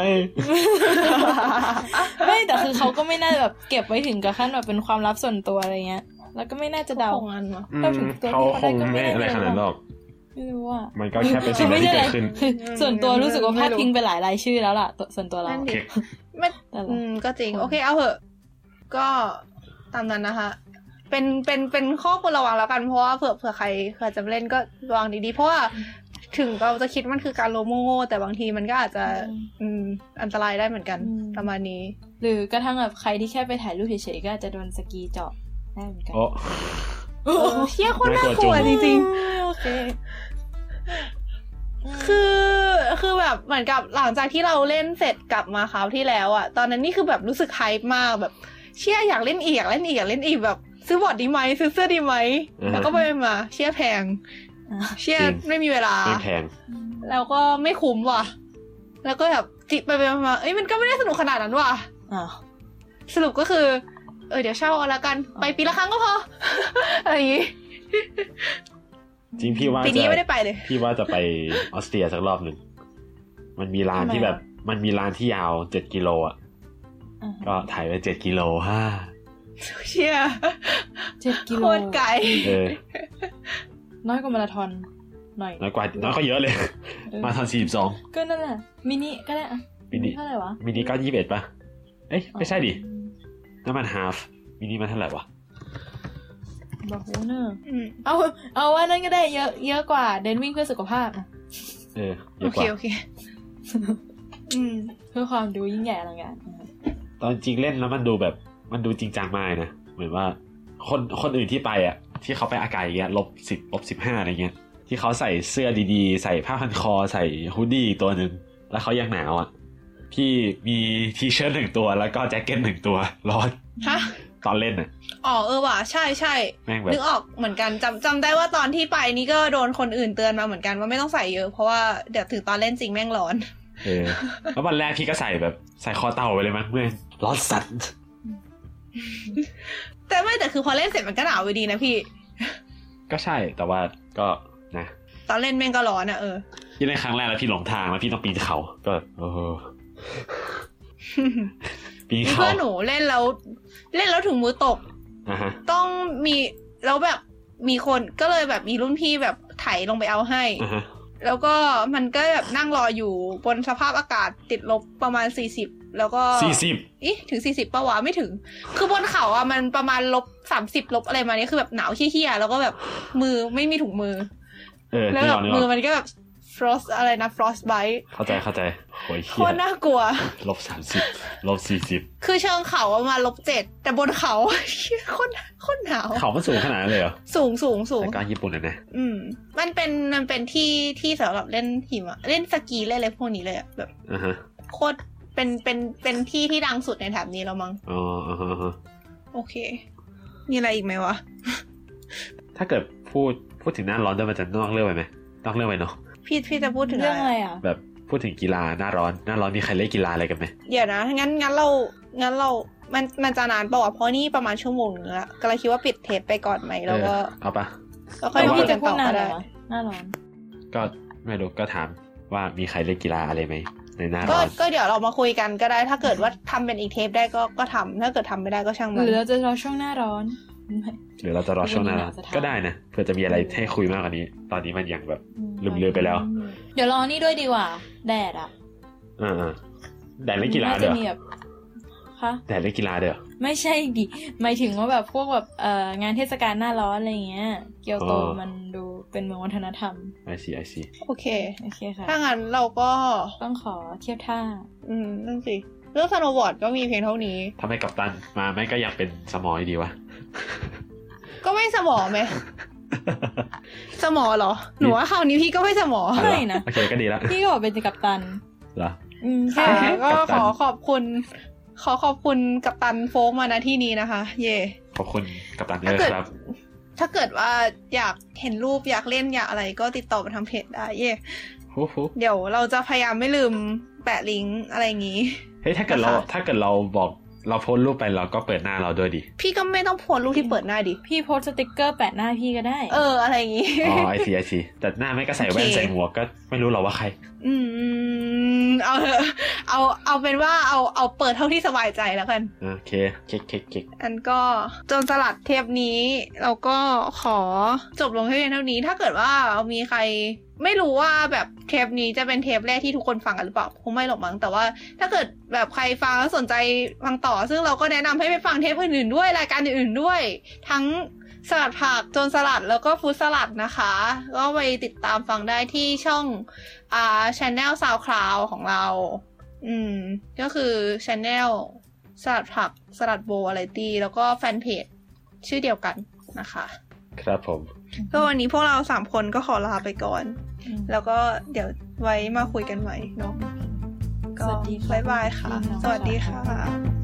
Speaker 3: ไม่แต่คือเขาก็ไม่น่าแบบเก็บไว้ถึงกับขั้นแบบเป็นความลับส่วนตัวอะไรเงี้ย แล้วก็ไม่น่าจะเดา
Speaker 4: คงงั้นวะ
Speaker 2: อืม
Speaker 3: เราถึงตัว
Speaker 2: เขา
Speaker 3: ที่
Speaker 2: ค
Speaker 3: เขา
Speaker 2: ง
Speaker 3: ได้ก็ไม่
Speaker 2: ไม่
Speaker 3: ได้
Speaker 2: อะไรขนาดนั้นหรอก
Speaker 3: ไม่รู้อ่ะ
Speaker 2: มันก็แค่เป็นสิ่งที่เกิดขึ้น
Speaker 3: คือส่วนตัวรู้สึกว่าพลาดพิงไปหลายรายชื่อแล้วล่ะตัวส่วนตัวเรา
Speaker 4: นั่น
Speaker 3: อะ
Speaker 4: ดิ
Speaker 2: โอเค
Speaker 4: ไม่
Speaker 3: แต่ละ
Speaker 1: อืมก็จริง โอเคเอาเหอะ ก็ตามนั้นนะคะ เป็นเป็นเป็นข้อควรระวังแล้วกันเพราะว่าเผื่อเผื่อใครเผื่อจะเล่นก็ระวังดีๆ เพราะว่าถึงเราจะคิดมันคือการโลโมโง่แต่บางทีมันก็อาจจะอืมอันตรายได้เหมือนกัน
Speaker 3: อืม
Speaker 1: ประมาณนี้
Speaker 3: หรือกระทั่งแบบใครที่แค่ไปถ่ายรูปเฉยๆก็อาจจะโดนสกีเจาะได้เหมือนกัน
Speaker 2: โอ้
Speaker 1: เออเชี่ยโคนน่ากลัว
Speaker 2: น่ากลัวจัง
Speaker 1: จริงๆ
Speaker 3: โอเค
Speaker 1: คือคือแบบเหมือนกับหลังจากที่เราเล่นเสร็จกลับมาคราวที่แล้วอะตอนนั้นนี่คือแบบรู้สึกไฮป์มากแบบ เชี่ยอยากเล่นอีกอยากเล่นอีกอยากเล่นอีกแบบ ซื้อบอร์ดดีไหมซื้อเสื้อดีไหม
Speaker 2: อือฮะ
Speaker 1: แล้วก็ไปมา เชี่ยแพง
Speaker 3: อ่ะ
Speaker 1: เชี่ย
Speaker 2: จริง
Speaker 1: ไม่มีเวลา
Speaker 2: ไม่แพง
Speaker 1: แล้วก็ไม่คุ้มว่ะ แล้วก็แบบจิไปไปมาเอ้ยมันก็ไม่ได้สนุกขนาดนั้นว่ะ
Speaker 3: อ้าว
Speaker 1: สรุปก็คือ เออเดี๋ยวเช่าเอาละกันไปปีละครั้งก็พอ อะไรอย่างงี้
Speaker 2: จริงพี่ว่า
Speaker 1: ปีนี้
Speaker 2: จะ
Speaker 1: ไม่ได้ไปเลย
Speaker 2: พี่ว่าจะไปออสเตรียสักรอบหนึ่ง มันมีร้านที่แบบ มันมีร้านที่ยาวเจ็ดกิโลอ่ะ
Speaker 3: อ่ะ
Speaker 2: ก็ถ่ายไว้เจ็ดกิโลห้า
Speaker 1: เชี่ย
Speaker 3: เจ็ดกิโล
Speaker 1: โคตรไกล
Speaker 2: เออ
Speaker 3: น้อยกว่ามาราธอนหน่อย
Speaker 2: น้อยกว่า น้อยก็เยอะเลย
Speaker 3: เออ
Speaker 2: มาทอนสี่สิบสอง
Speaker 3: ก็นั่นแหละมินิก็ได้อ่ะ
Speaker 2: มินิ
Speaker 3: เท่าไหร่วะ
Speaker 2: มินิก็ยี่สิบเอ็ดป่ะ เอ้ย ไม่ใช่ดิ
Speaker 3: อ๋
Speaker 2: น้ำมันฮาฟมินิมันเท่าไหร่วะ
Speaker 3: อบอกว่าเนอะ
Speaker 1: อืม
Speaker 3: เอาเอาว่านั่นก็ได้เยอะเยอะกว่าเดินวิ่งเพื่อสุขภาพ อ่ะ
Speaker 2: เออเย
Speaker 1: โอ
Speaker 2: อะก
Speaker 1: เค
Speaker 2: ว่า
Speaker 1: โอเคอืม
Speaker 3: เพื่อความดูยิ่งใหญ่อลังการนะคะ
Speaker 2: ตอนจริงเล่นแล้วมันดูแบบ มันดูจริงจังมากเลยนะ เหมือนว่าคนคนอื่นที่ไปอ่ะ ที่เขาไปอากาศอย่างเงี้ยลบสิบลบสิบห้าอะไรเงี้ย ที่เขาใส่เสื้อดีๆ ใส่ผ้าพันคอใส่ฮูดดี้ตัวหนึ่งแล้วเขายังหนาวอ่ะ พี่มีทีเชิ้ตหนึ่งตัวแล้วก็แจ็คเก็ตหนึ่งตัวร้อน
Speaker 1: ฮะ
Speaker 2: ตอนเล่นอ่ะ
Speaker 1: อ๋อเออว่ะใช่ใช่
Speaker 2: แม่งแบบ
Speaker 1: นึกออกเหมือนกันจำจำได้ว่าตอนที่ไปนี่ก็โดนคนอื่นเตือนมาเหมือนกันว่าไม่ต้องใส่เยอะ เพราะว่าเดี๋ยวถึงตอนเล่นจริงแม่งร้อน
Speaker 2: เออแล้ววันแรกพี่ก็ใส่แบบใส่คอเต่าไปเลยมั้งเมื่อนร้อนสัตว์
Speaker 1: แต่ไม่แต่คือพอเล่นเสร็จมันก็หนาวอยู่ดีนะพี่
Speaker 2: ก็ใช่แต่ว่าก็นะ
Speaker 1: ตอนเล่นแม่งก็ร้อนอะเออ
Speaker 2: พี่เล่นครั้งแรกแล้วพี่หลงทางแล้วพี่ต้องปีนเขาก็แบบโอ้โห ปีนเขา
Speaker 1: เพื่อนหนูเล่นแล้วเล่นแล้วถึงมือตก
Speaker 2: อ่ะฮะ
Speaker 1: ต้องมีแล้วแบบมีคนก็เลยแบบมีรุ่นพี่แบบไถลงไปเอาให้
Speaker 2: อ่าฮะ
Speaker 1: แล้วก็มันก็แบบนั่งรออยู่บนสภาพอากาศติดลบประมาณสี่สิบแล้วก็
Speaker 2: สี่สิบ
Speaker 1: อีถึงสี่สิบปะวะไม่ถึง คือบนเขาอ่ะมันประมาณลบสามสิบลบอะไรมาเนี่ยคือแบบหนาวเฮี้ยๆแล้วก็แบบมือไม่มีถุงมือ
Speaker 2: เออ
Speaker 1: แล้ว
Speaker 2: นึก
Speaker 1: แบ
Speaker 2: ออบ กนึกอ
Speaker 1: มือ
Speaker 2: อก
Speaker 1: มันก็แบบ frost อะไรนะ frost bite
Speaker 2: เข้าใจเข้าใจโอ้ย
Speaker 1: โค
Speaker 2: เฮีย
Speaker 1: ตรน่ากลัว
Speaker 2: ลบสามสิบลบสี่สิบ
Speaker 1: คือเชิงเขาอะมาลบเจ็ดแต่บนเขาเหี้ยโคตรโคตรหนาว
Speaker 2: เขามันสูงขนาดนั้นเลยเหรอ
Speaker 1: สูงสูงสูง
Speaker 2: แต่ก็ญี่ปุ่นนะนะ
Speaker 1: อืม มันเป็นมันเป็นที่ที่สำหรับเล่นหิมะเล่นสกีเล่นอะไรพวกนี้เลยอะแบบ
Speaker 2: อ่าฮะ
Speaker 1: โคตรเป็นเป็นเป็นที่ที่ดังสุดในแถบนี้แล้วมั้ง
Speaker 2: อ๋ออ่าฮะอ่าฮะ
Speaker 1: โอเค มีอะไรอีกไหมวะ
Speaker 2: ถ้าเกิดพูดพูดถึงหน้าร้อนด้วยมันจะนอกเรื่องไปไหมนอกเรื่องไปเนาะ
Speaker 1: พี่พี่จะพูดถึงอะ
Speaker 3: เรื่อง
Speaker 1: ไรอะ
Speaker 3: อะไรอ่ะ
Speaker 2: แบบพูดถึงกีฬาหน้าร้อนหน้าร้อนมีใครเล่นกีฬาอะไรกันไหม
Speaker 1: เดี๋ยวนะ งั้นงั้นเรา งั้นเรา มัน มันจะนานเปล่าวะเพราะนี่ประมาณชั่วโมงนึงละก็เลยคิดว่าปิดเทปไปก่อนไหมแล้วก็
Speaker 2: เออเอาปะ
Speaker 1: แล้วค่
Speaker 3: ค่
Speaker 1: อ
Speaker 3: อย ย
Speaker 2: แต่
Speaker 1: พู
Speaker 2: ว่า
Speaker 3: พี่
Speaker 1: ดกั
Speaker 3: จะ
Speaker 1: น
Speaker 3: พู
Speaker 1: ต่อน
Speaker 3: ดาน
Speaker 1: ก็
Speaker 3: เหร
Speaker 1: ได้
Speaker 3: อหน้าร้อน
Speaker 2: ก็ไม่รู้ก็ถาม ว่ามีใครเล่นกีฬาอะไรไหมในหน้า
Speaker 1: ก็
Speaker 2: ร้อน
Speaker 1: ก็เดี๋ยวเรามาคุยกันก็ได้ ถ้าเกิดว่าทำเป็นอีกเทปได้ก็ก็ทำถ้าเกิดทำไม่ได้ก็ช่าง
Speaker 3: ห
Speaker 1: มัน
Speaker 3: รือเราจะรอช่วงหน้าร้อน
Speaker 2: หรือเราจะรอช่วงหน้าร้อน
Speaker 3: ก็ไม่น่าจะทำ
Speaker 2: ก็ได้นะเพื่อจะมีอะไรให้คุยมากกว่านี้ ตอนนี้มันยังแบบ ลืมเลือนไปแล้ว
Speaker 3: เดี๋ยวรอนี่ด้วยดีกว่า แดดอ่ะ
Speaker 2: อ่าๆแดดเล่นกีฬาเด้อ
Speaker 3: จะมีแบบคะ
Speaker 2: แดดเล่นกีฬาเด้อ
Speaker 3: ไม่ใช่ดิหมายถึงว่าแบบพวกแบบเอ่องานเทศกาลหน้าร้อนอะไรเงี้ย เกียวโต
Speaker 2: อ๋อ
Speaker 3: มันดูเป็นเมืองวัฒนธรรม
Speaker 2: ไอซีไอซี
Speaker 1: โอเค
Speaker 3: โอเคค่ะ
Speaker 1: ถ้างั้นเราก็
Speaker 3: ต้องขอเทียบท่า
Speaker 1: อืมนั่นสิเรื่องสโนว์บอร์ดก็มีเพียงเท่านี้
Speaker 2: ถ้าไม่กับตันมาไม่ก็อยากเป็นสมอยดีวะ
Speaker 1: ก็ไม่สมอไหม สมอเหรอ หนูว่าคราวนี้พี่ก็ไม่สมอ
Speaker 3: ไม่นะ
Speaker 2: โอเคก็ดีละ
Speaker 3: พี่ก็บอกเป็นกัปตัน
Speaker 2: เหรอ
Speaker 3: อืม
Speaker 1: ค่ะ
Speaker 3: ใช่
Speaker 1: ก็
Speaker 2: กัปตั
Speaker 1: ข
Speaker 2: น
Speaker 1: อขอบคุณ ขอขอบคุณกัปตันโฟกมานะที่นี้นะคะ เย่
Speaker 2: ขอบคุณกับตันเยอะ
Speaker 1: ถ้าเกิด
Speaker 2: ครับ
Speaker 1: ถ้าเกิดว่าอยากเห็นรูปอยากเล่นอยากอะไรก็ติดต่อมาทางเพจได้เย่
Speaker 2: ฮู้ฮู้
Speaker 1: เดี๋ยวเราจะพยายามไม่ลืมแปะลิงก์อะไรอย่างนี้
Speaker 2: เฮ้ยถ้าเกิดเรา
Speaker 1: นะคะ
Speaker 2: ถ้าเกิดเราบอกเราโพสต์รูปไปเราก็เปิดหน้าเราด้วยดิ
Speaker 1: พี่ก็ไม่ต้องโพสต์รูปที่เปิดหน้าดิ
Speaker 3: พี่โพสต์สติกเกอร์แปะหน้าพี่ก็ได้
Speaker 1: เออ อะไรอย่างนี้
Speaker 2: อ๋อไอซีไอซีแต่หน้าไม่ก็ใส่แว่น
Speaker 1: โอเค
Speaker 2: ใส่หมวกก็ไม่รู้หรอกว่าใคร
Speaker 1: อืม เอาเถอะเอาเอาเป็นว่าเอาเอาเปิดเท่าที่สบายใจแล้วกัน
Speaker 2: โอเคเค็กเค็กเค็ก
Speaker 1: อันก็โจนสลัดเทปนี้เราก็ขอจบลงแค่เพียงเท่านี้ ถ้าเกิดว่ามีใครไม่รู้ว่าแบบเทปนี้จะเป็นเทปแรกที่ทุกคนฟังกันหรือเปล่าคงไม่หรอกมั้งแต่ว่า ถ้าเกิดแบบใครฟังแล้วสนใจฟังต่อ ซึ่งเราก็แนะนำให้ไปฟังเทปอื่นๆด้วยรายการอื่นๆด้วย ทั้งสลัดผักโจนสลัดแล้วก็ฟู้ดสลัดนะคะ ก็ไปติดตามฟังได้ที่ช่องอ่าชแนลซาวคลาวของเรา อืม ก็คือชแนล สลัดผักสลัดโบว์อะไรตีแล้วก็แฟนเพจชื่อเดียวกันนะคะ
Speaker 2: ครับผม
Speaker 1: ก็วันนี้พวกเราสามคนก็ขอลาไปก่อน
Speaker 3: ม
Speaker 1: แล้วก็เดี๋ยวไว้มาคุยกันใหม่เนาะ
Speaker 3: ส
Speaker 1: ก็
Speaker 3: วัสดีค่ะ
Speaker 1: บ๊ายบายค่ะ
Speaker 3: พี่น้อง
Speaker 1: สวัสดีค่ะ